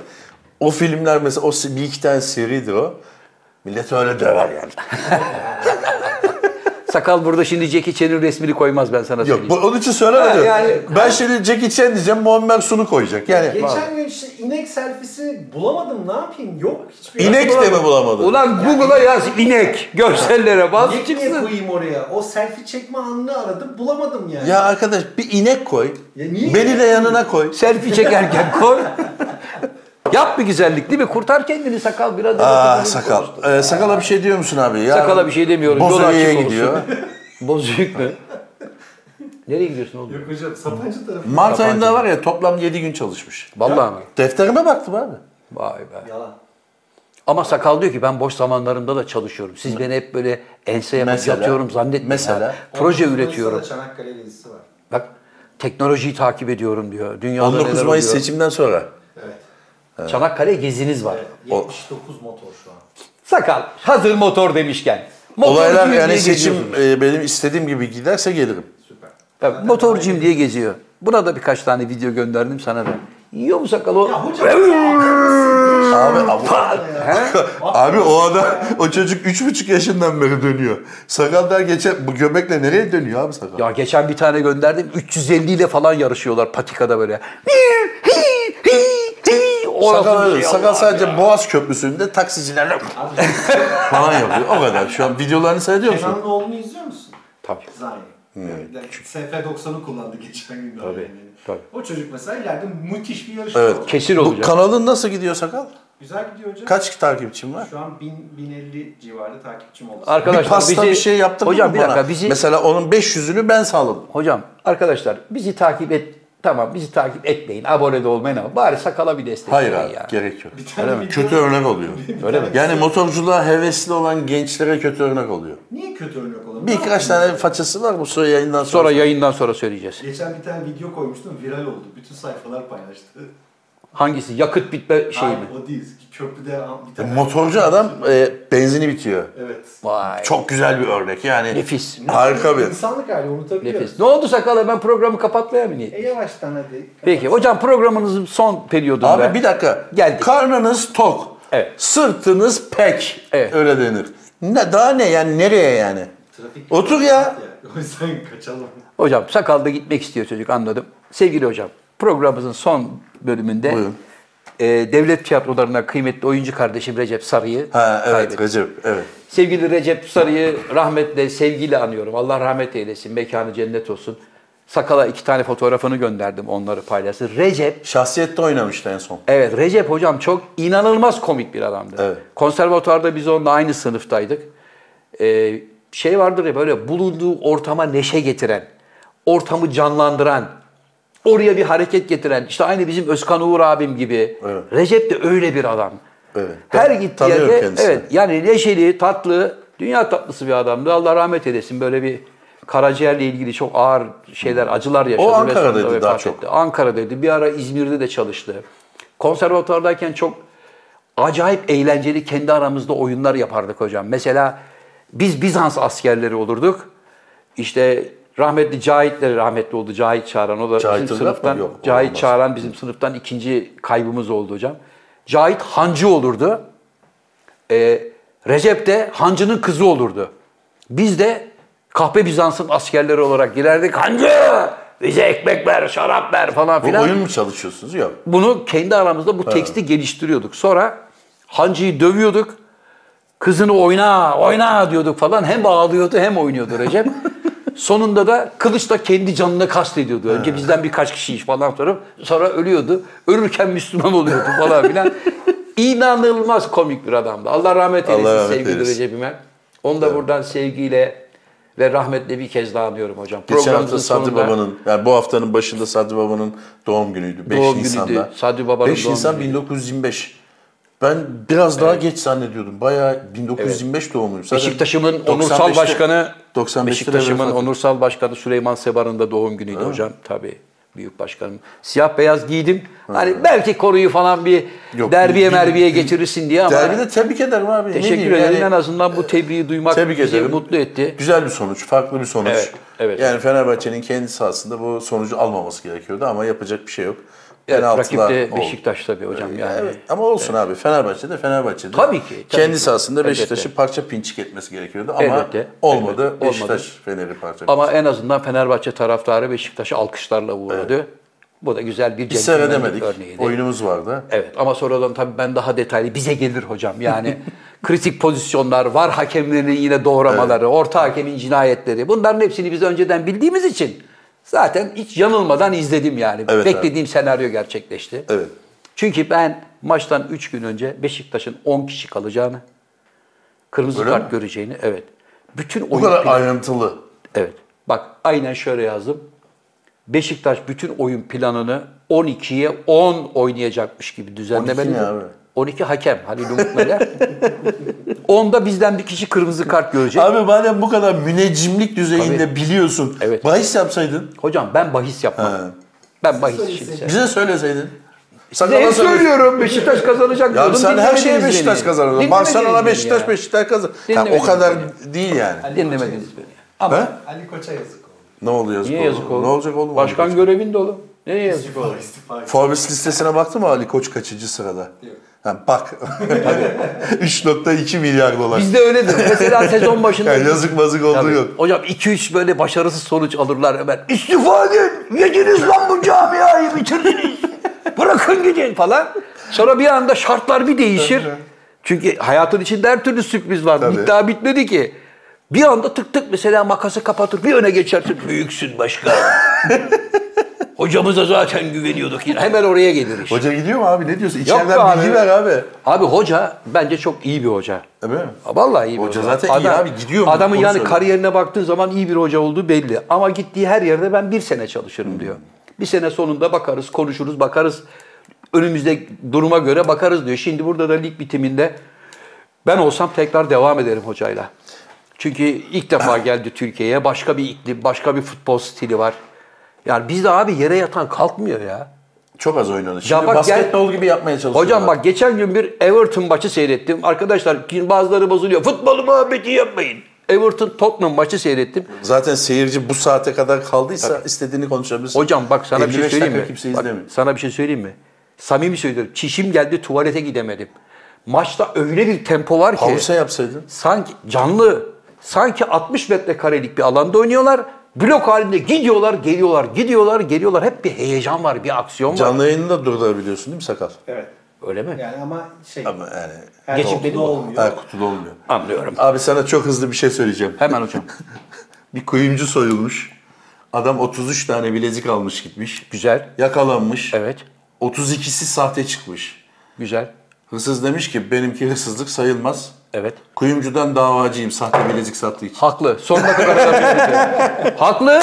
Speaker 2: O filmler mesela o si- bir iki tane seridir o. Millet öyle döver
Speaker 1: [LAUGHS]
Speaker 2: yani.
Speaker 1: Sakal burada şimdi Jackie Chan'ın resmini koymaz ben sana
Speaker 2: Yok
Speaker 1: söyleyeyim.
Speaker 2: bu, onun için söylemedim.
Speaker 3: Ha, yani-
Speaker 2: ben şimdi Jackie Chan diyeceğim Muammer Sun'u koyacak. Yani
Speaker 3: Geçen gün işte inek selfisi bulamadım ne yapayım yok. Hiçbir
Speaker 2: inek de mi bulamadın?
Speaker 1: Ulan Google'a yaz inek. Görsellere bas.
Speaker 3: Niye niye
Speaker 1: çıksın.
Speaker 3: koyayım oraya? O selfie çekme anını aradım bulamadım yani.
Speaker 2: Ya arkadaş bir inek koy.
Speaker 3: Ya niye
Speaker 2: Beni
Speaker 3: inek
Speaker 2: de yanına koy.
Speaker 1: Selfie çekerken koy. Yap bir güzellik değil mi? Kurtar kendini sakal biraz.
Speaker 2: Aa sakal. Ee, sakala bir şey diyor musun abi? Ya,
Speaker 1: Sakala bir şey demiyorum. Yol
Speaker 2: Bozüye'ye
Speaker 1: açık olsun. [LAUGHS]
Speaker 2: gidiyor.
Speaker 1: Bozüyük mü? Nereye gidiyorsun oğlum?
Speaker 3: Yok hocam Sapancı tarafı.
Speaker 2: Mart ayında var ya toplam 7 gün çalışmış.
Speaker 1: Vallahi mi?
Speaker 2: Defterime baktım abi.
Speaker 1: Vay be.
Speaker 3: Yalan.
Speaker 1: Ama sakal diyor ki ben boş zamanlarımda da çalışıyorum. Siz beni hep böyle ense yapıp
Speaker 2: Mesela-
Speaker 1: yatıyorum zannetmeyin.
Speaker 2: mesela-
Speaker 1: ya. Proje
Speaker 3: Onun
Speaker 1: üretiyorum.
Speaker 3: Mayıs'ta da Çanakkale gezisi var.
Speaker 1: Bak teknolojiyi takip ediyorum diyor. Dünyada
Speaker 2: 19
Speaker 1: neler
Speaker 2: Mayıs
Speaker 1: oluyor.
Speaker 2: seçimden sonra.
Speaker 3: Evet.
Speaker 1: Çanakkale geziniz var.
Speaker 3: Evet, 79 motor şu an.
Speaker 1: Sakal hazır motor demişken. Motorcuyum
Speaker 2: Olaylar
Speaker 1: diye
Speaker 2: yani
Speaker 1: geziyorsun.
Speaker 2: seçim e, benim istediğim gibi giderse gelirim.
Speaker 3: Süper.
Speaker 1: Ya, motorcuyum diye geziyor. Buna da birkaç tane video gönderdim sana da. Yiyor mu sakal o?
Speaker 3: Ya şey- hocam ya.
Speaker 2: [LAUGHS] Abi abi, abi o adam o çocuk 3,5 yaşından beri dönüyor. Sakal daha geçen bu göbekle nereye dönüyor abi sakal?
Speaker 1: Ya geçen bir tane gönderdim. 350 ile falan yarışıyorlar patikada böyle. Orası
Speaker 2: sakal
Speaker 1: bir
Speaker 2: öyle.
Speaker 1: şey,
Speaker 2: sakal
Speaker 1: Allah'ım
Speaker 2: sadece
Speaker 1: ya.
Speaker 2: Boğaz Köprüsü'nde
Speaker 1: [LAUGHS]
Speaker 2: taksicilerle
Speaker 3: Abi
Speaker 2: falan yapıyor. O kadar. Şu an videolarını seyrediyor musun?
Speaker 3: Kenan'ın oğlunu izliyor musun?
Speaker 1: Tabii.
Speaker 3: Zayn.
Speaker 2: Hmm.
Speaker 3: Yani SF90'ı kullandı geçen gün. Tabii,
Speaker 1: tabii.
Speaker 3: O çocuk mesela ileride müthiş bir yarışma
Speaker 2: Evet.
Speaker 3: olacak.
Speaker 1: Kesin
Speaker 2: Bu
Speaker 1: olacak.
Speaker 2: kanalın nasıl gidiyor sakal?
Speaker 3: Güzel gidiyor hocam.
Speaker 2: Kaç takipçim var?
Speaker 3: Şu an 1000, 1050 civarı takipçim oldu. [LAUGHS]
Speaker 1: Arkadaşlar
Speaker 2: bir pasta
Speaker 1: bizi-
Speaker 2: bir şey yaptın
Speaker 1: hocam,
Speaker 2: mı
Speaker 1: bir
Speaker 2: bana?
Speaker 1: dakika, bizi-
Speaker 2: Mesela onun 500'ünü ben sağladım.
Speaker 1: Hocam arkadaşlar bizi takip et tamam bizi takip etmeyin. Abone de olmayın ama bari sakala bir destek
Speaker 2: Hayır
Speaker 1: verin
Speaker 2: abi
Speaker 1: ya.
Speaker 2: gerek yok.
Speaker 3: tane
Speaker 2: Öyle mi?
Speaker 3: video-
Speaker 2: Kötü örnek oluyor.
Speaker 1: Öyle mi?
Speaker 2: Yani motorculuğa hevesli olan gençlere kötü örnek oluyor.
Speaker 3: Niye kötü örnek olalım? Ne
Speaker 2: Birkaç
Speaker 3: yapayım
Speaker 2: tane
Speaker 3: ben?
Speaker 2: façası var bu soru yayından sonra.
Speaker 1: Sonra yayından sonra söyleyeceğiz.
Speaker 3: Geçen bir tane video koymuştum viral oldu. Bütün sayfalar paylaştı.
Speaker 1: Hangisi? Yakıt bitme şey
Speaker 3: Hayır
Speaker 1: mi?
Speaker 3: o değil. Köprüde bir tane.
Speaker 2: E, Motorcu adam e, benzini bitiyor.
Speaker 3: Evet.
Speaker 1: Vay.
Speaker 2: Çok güzel bir örnek yani.
Speaker 1: Nefis.
Speaker 2: Harika bir.
Speaker 3: İnsanlık hali unutabiliyoruz.
Speaker 1: Nefis. Ne oldu sakala ben programı kapatmaya mı
Speaker 3: E
Speaker 1: niyetliyim?
Speaker 3: yavaştan hadi.
Speaker 1: Peki hocam programınızın son periyodunda.
Speaker 2: Abi bir dakika.
Speaker 1: Geldik.
Speaker 2: Karnınız tok.
Speaker 1: Evet.
Speaker 2: Sırtınız pek.
Speaker 1: Evet.
Speaker 2: Öyle denir. Ne, daha ne yani nereye yani?
Speaker 3: Trafik.
Speaker 2: Otur ya.
Speaker 3: Ya, [LAUGHS] O yüzden kaçalım.
Speaker 1: Hocam sakalda gitmek istiyor çocuk anladım. Sevgili hocam programımızın son bölümünde
Speaker 2: Buyurun.
Speaker 1: e, devlet tiyatrolarına kıymetli oyuncu kardeşim Recep Sarı'yı
Speaker 2: Ha evet
Speaker 1: kaybettik.
Speaker 2: Recep evet.
Speaker 1: Sevgili Recep Sarı'yı rahmetle, sevgiyle anıyorum. Allah rahmet eylesin, mekanı cennet olsun. Sakala iki tane fotoğrafını gönderdim onları paylaştı. Recep,
Speaker 2: Şahsiyette oynamıştı en son.
Speaker 1: evet Recep hocam çok inanılmaz komik bir adamdı.
Speaker 2: Evet.
Speaker 1: Konservatuvarda biz onunla aynı sınıftaydık. Ee, şey vardır ya böyle bulunduğu ortama neşe getiren, ortamı canlandıran, oraya bir hareket getiren, işte aynı bizim Özkan Uğur abim gibi.
Speaker 2: Evet.
Speaker 1: Recep de öyle bir adam.
Speaker 2: Evet.
Speaker 1: Her
Speaker 2: Ben
Speaker 1: gittiği
Speaker 2: tanıyorum
Speaker 1: yerde,
Speaker 2: kendisini.
Speaker 1: evet yani neşeli, tatlı, dünya tatlısı bir adamdı. Allah rahmet eylesin. Böyle bir karaciğerle ilgili çok ağır şeyler, acılar yaşadı. ve
Speaker 2: Ankara'daydı
Speaker 1: sonunda vefat
Speaker 2: daha çok.
Speaker 1: etti. Ankara'daydı. Bir ara İzmir'de de çalıştı. Konservatuvardayken çok acayip eğlenceli kendi aramızda oyunlar yapardık hocam. Mesela biz Bizans askerleri olurduk. İşte rahmetli Cahit de rahmetli oldu. Cahit Çağran o da
Speaker 2: Cahit'in
Speaker 1: bizim
Speaker 2: laf mı?
Speaker 1: sınıftan.
Speaker 2: Yok,
Speaker 1: Cahit
Speaker 2: olmaz.
Speaker 1: Çağran bizim sınıftan ikinci kaybımız oldu hocam. Cahit hancı olurdu. Ee, Recep de hancının kızı olurdu. Biz de kahpe Bizans'ın askerleri olarak girerdik. Hancı! Bize ekmek ver, şarap ver falan
Speaker 2: Bu
Speaker 1: filan.
Speaker 2: oyun mu çalışıyorsunuz? Yok.
Speaker 1: Bunu kendi aramızda bu teksti geliştiriyorduk. Sonra hancıyı dövüyorduk. Kızını oyna, oyna diyorduk falan. Hem ağlıyordu hem oynuyordu
Speaker 2: [LAUGHS]
Speaker 1: Recep. Sonunda da kılıçla kendi canına kastediyordu. Önce bizden birkaç kişiyi falan sonra sonra ölüyordu. Ölürken Müslüman oluyordu falan
Speaker 2: [LAUGHS]
Speaker 1: filan. İnanılmaz komik bir adamdı. Allah rahmet eylesin
Speaker 2: Allah rahmet
Speaker 1: sevgili
Speaker 2: eylesin.
Speaker 1: Recep'ime. Onu da buradan sevgiyle ve rahmetle bir kez daha anıyorum hocam.
Speaker 2: Geçen
Speaker 1: Programımızın
Speaker 2: hafta Sadri
Speaker 1: sonunda-
Speaker 2: Baba'nın, yani bu haftanın başında Sadri Baba'nın doğum günüydü. 5
Speaker 1: Doğum günüydü.
Speaker 2: Nisan'da.
Speaker 1: Sadri Baba'nın
Speaker 2: 5
Speaker 1: doğum
Speaker 2: Nisan
Speaker 1: günüydü.
Speaker 2: 1925. Ben biraz daha geç zannediyordum. Bayağı 1925 doğumluyum. Zaten
Speaker 1: Beşiktaş'ımın
Speaker 2: 95'te
Speaker 1: onursal başkanı
Speaker 2: 95'te
Speaker 1: Beşiktaş'ımın
Speaker 2: vefat etti.
Speaker 1: onursal başkanı Süleyman Sebar'ın da doğum günüydü hocam. Tabii büyük başkanım. Siyah beyaz giydim. Hani belki koruyu falan bir
Speaker 2: Yok,
Speaker 1: derbiye
Speaker 2: bir-
Speaker 1: merbiye
Speaker 2: bir-
Speaker 1: geçirirsin diye ama hani
Speaker 2: Derbide tebrik ederim abi. Ne
Speaker 1: teşekkür
Speaker 2: diyeyim
Speaker 1: ederim.
Speaker 2: yani?
Speaker 1: en azından bu tebriği duymak
Speaker 2: Tebrik
Speaker 1: bizi
Speaker 2: ederim.
Speaker 1: mutlu etti.
Speaker 2: Güzel bir sonuç, farklı bir sonuç.
Speaker 1: Evet, evet.
Speaker 2: Yani Fenerbahçe'nin kendi sahasında bu sonucu almaması gerekiyordu ama yapacak bir şey yok.
Speaker 1: Evet,
Speaker 2: Penaltılar
Speaker 1: rakip de
Speaker 2: oldu.
Speaker 1: Beşiktaş tabii hocam yani.
Speaker 2: Evet, ama olsun abi Fenerbahçe de Fenerbahçe'de.
Speaker 1: Tabii ki, tabii
Speaker 2: kendi
Speaker 1: ki.
Speaker 2: sahasında
Speaker 1: Elbette.
Speaker 2: Beşiktaş'ı parça pinçik etmesi gerekiyordu ama
Speaker 1: Elbette,
Speaker 2: olmadı.
Speaker 1: elbette,
Speaker 2: Beşiktaş
Speaker 1: olmadı.
Speaker 2: Fener'i parça
Speaker 1: Ama en azından Fenerbahçe taraftarı Beşiktaş'ı alkışlarla uğurladı. Bu da güzel bir
Speaker 2: Biz
Speaker 1: centilmenlik
Speaker 2: seyredemedik.
Speaker 1: örneğiydi.
Speaker 2: Oyunumuz vardı.
Speaker 1: Evet ama sonradan tabii ben daha detaylı bize gelir hocam.
Speaker 2: [LAUGHS]
Speaker 1: Yani kritik pozisyonlar, var hakemlerini yine doğramaları, orta hakemin cinayetleri. Bunların hepsini biz önceden bildiğimiz için zaten hiç yanılmadan izledim yani.
Speaker 2: Evet,
Speaker 1: Beklediğim senaryo gerçekleşti.
Speaker 2: Evet.
Speaker 1: Çünkü ben maçtan 3 gün önce Beşiktaş'ın 10 kişi kalacağını, kırmızı
Speaker 2: Öyle
Speaker 1: kart
Speaker 2: mi?
Speaker 1: göreceğini, evet. Bütün
Speaker 2: Bu
Speaker 1: oyun
Speaker 2: kadar
Speaker 1: planı-
Speaker 2: ayrıntılı.
Speaker 1: Evet. Bak aynen şöyle yazdım. Beşiktaş bütün oyun planını 12'ye 10 oynayacakmış gibi düzenlemeli.
Speaker 2: 12 ne abi?
Speaker 1: 12 hakem Halil Umut Meler. [LAUGHS] 10'da bizden bir kişi kırmızı kart görecek.
Speaker 2: Abi madem bu kadar müneccimlik düzeyinde
Speaker 1: Tabii.
Speaker 2: biliyorsun,
Speaker 1: Evet.
Speaker 2: bahis yapsaydın,
Speaker 1: Hocam ben bahis yapmam.
Speaker 2: Ha.
Speaker 1: Ben bahis
Speaker 3: Söyleseydin.
Speaker 1: şimdi.
Speaker 2: bize söyleseydin. Sakala
Speaker 1: Ne
Speaker 2: söyle-
Speaker 1: söylüyorum Beşiktaş kazanacak
Speaker 2: Ya
Speaker 1: diyordum.
Speaker 2: sen her
Speaker 1: dinlemediniz
Speaker 2: şeye
Speaker 1: beni.
Speaker 2: Beşiktaş kazanıyorsun.
Speaker 1: Dinlemediniz
Speaker 2: Barcelona
Speaker 1: beni
Speaker 2: Beşiktaş
Speaker 1: ya.
Speaker 2: Beşiktaş kazan. Ha, o
Speaker 1: Dinlemediniz
Speaker 2: kadar
Speaker 1: beni.
Speaker 2: değil yani.
Speaker 3: Ali Koç'a yazık.
Speaker 1: Dinlemediniz beni. Ama
Speaker 2: Ha?
Speaker 3: Ali Koç'a yazık oldu.
Speaker 2: Ne oluyor yazık
Speaker 1: niye
Speaker 2: oğlum?
Speaker 1: yazık oldu?
Speaker 2: Ne olacak oğlum?
Speaker 1: Başkan görevinde oğlum. Neye
Speaker 2: [LAUGHS]
Speaker 1: yazık oldu?
Speaker 3: İstifa istifa.
Speaker 2: Forbes listesine baktı mı Ali Koç kaçıncı sırada?
Speaker 3: Yok.
Speaker 2: Ha, bak. [LAUGHS] 3.2 milyar dolar.
Speaker 1: Bizde öyledir. Mesela sezon başında
Speaker 2: Yani yazık mazık olduğu
Speaker 1: Tabii.
Speaker 2: yok.
Speaker 1: Hocam 2-3 böyle başarısız sonuç alırlar hemen. İstifa edin! Yediniz lan bu camiayı
Speaker 2: [LAUGHS]
Speaker 1: bitirdiniz! Bırakın gidin falan. Sonra bir anda şartlar bir değişir. Çünkü hayatın içinde her türlü sürpriz var.
Speaker 2: Tabii.
Speaker 1: Lig daha bitmedi ki. Bir
Speaker 2: [LAUGHS]
Speaker 1: anda tık tık mesela makası kapatır bir öne geçersin. Büyüksün başkan. Hocamıza zaten güveniyorduk. yine. Hemen oraya gelir iş.
Speaker 2: Hoca gidiyor mu abi? Ne diyorsun?
Speaker 1: Yok
Speaker 2: İçeriden
Speaker 1: be abi.
Speaker 2: bilgi ver abi.
Speaker 1: Abi hoca bence çok iyi bir hoca.
Speaker 2: Öyle mi?
Speaker 1: Vallahi iyi bir
Speaker 2: Hoca zaten iyi abi, gidiyor mu?
Speaker 1: Adamın
Speaker 2: Onu
Speaker 1: yani
Speaker 2: söyle.
Speaker 1: kariyerine baktığın zaman iyi bir hoca olduğu belli. Ama gittiği her yerde ben bir sene
Speaker 2: Hmm.
Speaker 1: çalışırım diyor. Bir sene sonunda bakarız, konuşuruz, bakarız. Önümüzde duruma göre bakarız diyor. Şimdi burada da lig bitiminde ben olsam tekrar devam ederim hocayla. Çünkü ilk
Speaker 2: [COUGHS]
Speaker 1: defa geldi Türkiye'ye. Başka bir iklim, başka bir futbol stili var. Yani bizde abi yere yatan kalkmıyor ya.
Speaker 2: Çok az oynanır. Şimdi
Speaker 1: bak gel-
Speaker 2: basketbol gibi yapmaya çalışıyorlar.
Speaker 1: Hocam bak geçen gün bir Everton maçı seyrettim. Arkadaşlar bazıları bozuluyor. Futbol muhabbeti yapmayın. Everton Tottenham maçı seyrettim.
Speaker 2: Zaten seyirci bu saate kadar kaldıysa istediğini konuşabilirsin.
Speaker 1: Hocam bak sana bir şey
Speaker 2: 55
Speaker 1: söyleyeyim mi?
Speaker 2: dakika kimse
Speaker 1: Bak,
Speaker 2: izlemiyor.
Speaker 1: sana bir şey söyleyeyim mi? Samimi söylüyorum. Çişim geldi tuvalete gidemedim. Maçta öyle bir tempo var ki
Speaker 2: Havse yapsaydın.
Speaker 1: sanki canlı sanki 60 metrekarelik bir alanda oynuyorlar. Blok halinde gidiyorlar, geliyorlar, gidiyorlar, geliyorlar. Hep bir heyecan var, bir aksiyon var.
Speaker 2: Canlı yayını da durdurabiliyorsun değil mi sakal?
Speaker 3: Evet.
Speaker 1: Öyle mi?
Speaker 3: Yani ama şey.
Speaker 2: Ama yani
Speaker 3: her
Speaker 1: Geçip
Speaker 3: kutuda
Speaker 1: dedi,
Speaker 3: olmuyor.
Speaker 2: ha, kutuda olmuyor.
Speaker 1: Anlıyorum.
Speaker 2: Abi sana çok hızlı bir şey söyleyeceğim.
Speaker 1: Hemen
Speaker 2: [LAUGHS]
Speaker 1: hocam.
Speaker 2: Bir kuyumcu soyulmuş. Adam 33 tane bilezik almış gitmiş.
Speaker 1: Güzel.
Speaker 2: Yakalanmış.
Speaker 1: Evet.
Speaker 2: 32'si sahte çıkmış.
Speaker 1: Güzel.
Speaker 2: Hırsız demiş ki benimki hırsızlık sayılmaz.
Speaker 1: Evet.
Speaker 2: Kuyumcudan davacıyım sahte bilezik sattığı için.
Speaker 1: Haklı. Sonuna kadar haklı. Haklı.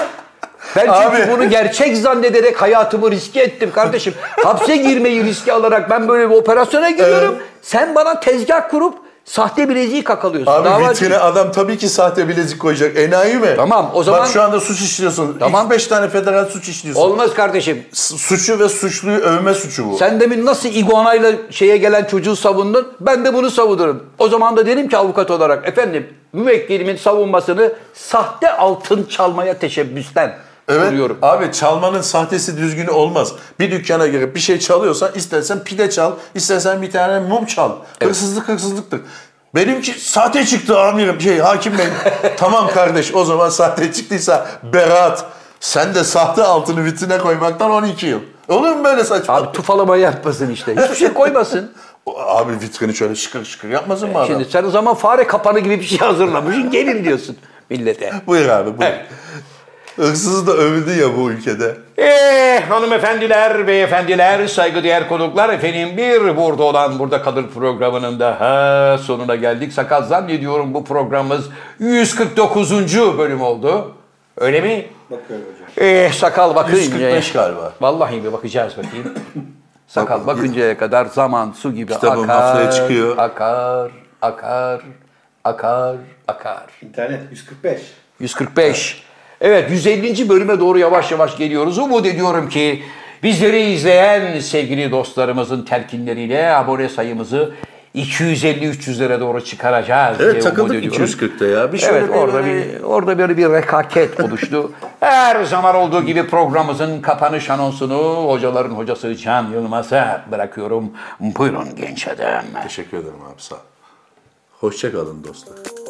Speaker 1: Ben çünkü
Speaker 2: Abi.
Speaker 1: bunu gerçek zannederek hayatımı riske ettim kardeşim. Hapse girmeyi riske alarak ben böyle bir operasyona giriyorum. Sen bana tezgah kurup sahte bileziği kakalıyorsun.
Speaker 2: Abi
Speaker 1: Dava-
Speaker 2: vitrine adam tabii ki sahte bilezik koyacak. Enayi mi?
Speaker 1: Tamam, o zaman-
Speaker 2: Bak şu anda suç işliyorsun.
Speaker 1: Tamam.
Speaker 2: Tamam. 5 tane federal suç işliyorsun.
Speaker 1: Olmaz kardeşim.
Speaker 2: S- Suçu ve suçluyu övme suçu bu.
Speaker 1: Sen demin nasıl iguanayla şeye gelen çocuğu savundun? Ben de bunu savunurum. O zaman da derim ki avukat olarak efendim müvekkilimin savunmasını sahte altın çalmaya teşebbüsten
Speaker 2: Evet.
Speaker 1: kuruyorum.
Speaker 2: Abi çalmanın sahtesi düzgünü olmaz. Bir dükkana girip bir şey çalıyorsan istersen pide çal, istersen bir tane mum çal. Hırsızlık hırsızlıktır. Benimki sahte çıktı amirim şey hakim [LAUGHS] bey. tamam kardeş o zaman sahte çıktıysa beraat. Sen de sahte altını vitrine koymaktan 12 yıl. Olur mu böyle saçma?
Speaker 1: Abi tufalama yapmasın işte. Hiçbir şey koymasın.
Speaker 2: O- Abi vitrini şöyle şıkır şıkır yapmasın mı adam?
Speaker 1: Şimdi sen o zaman fare kapanı gibi bir şey hazırlamışsın. Gelin diyorsun millete.
Speaker 2: Buyur abi buyur. Hırsız da övüldü ya bu ülkede.
Speaker 1: Eee Eh, hanımefendiler, beyefendiler, saygıdeğer konuklar efendim bir burada olan burada kalır programının daha sonuna geldik. Sakat zannediyorum bu programımız 149. bölüm oldu. Öyle mi?
Speaker 3: Bakıyorum hocam.
Speaker 1: Eee Eh, sakal bakınca.
Speaker 2: 145 galiba.
Speaker 1: Vallahi bir bakacağız bakayım. Sakal bakıncaya kadar zaman su gibi
Speaker 2: Kitabım
Speaker 1: akar.
Speaker 2: haftaya çıkıyor.
Speaker 1: Akar, akar, akar, akar.
Speaker 3: İnternet 145.
Speaker 1: 145. Evet 150. bölüme doğru yavaş yavaş geliyoruz. Umut ediyorum ki bizleri izleyen sevgili dostlarımızın telkinleriyle abone sayımızı 250-300'lere doğru çıkaracağız diye
Speaker 2: Evet
Speaker 1: umut
Speaker 2: takıldık
Speaker 1: ediyorum.
Speaker 2: 240'ta ya. Bir şöyle
Speaker 1: Evet
Speaker 2: bir
Speaker 1: orada
Speaker 2: böyle-
Speaker 1: bir orada böyle bir
Speaker 2: [LAUGHS]
Speaker 1: rekaket oluştu. Her zaman olduğu gibi programımızın kapanış anonsunu hocaların hocası Can Yılmaz'a bırakıyorum. Buyurun genç adam.
Speaker 2: Teşekkür ederim abi sağ ol. Hoşça kalın dostlar.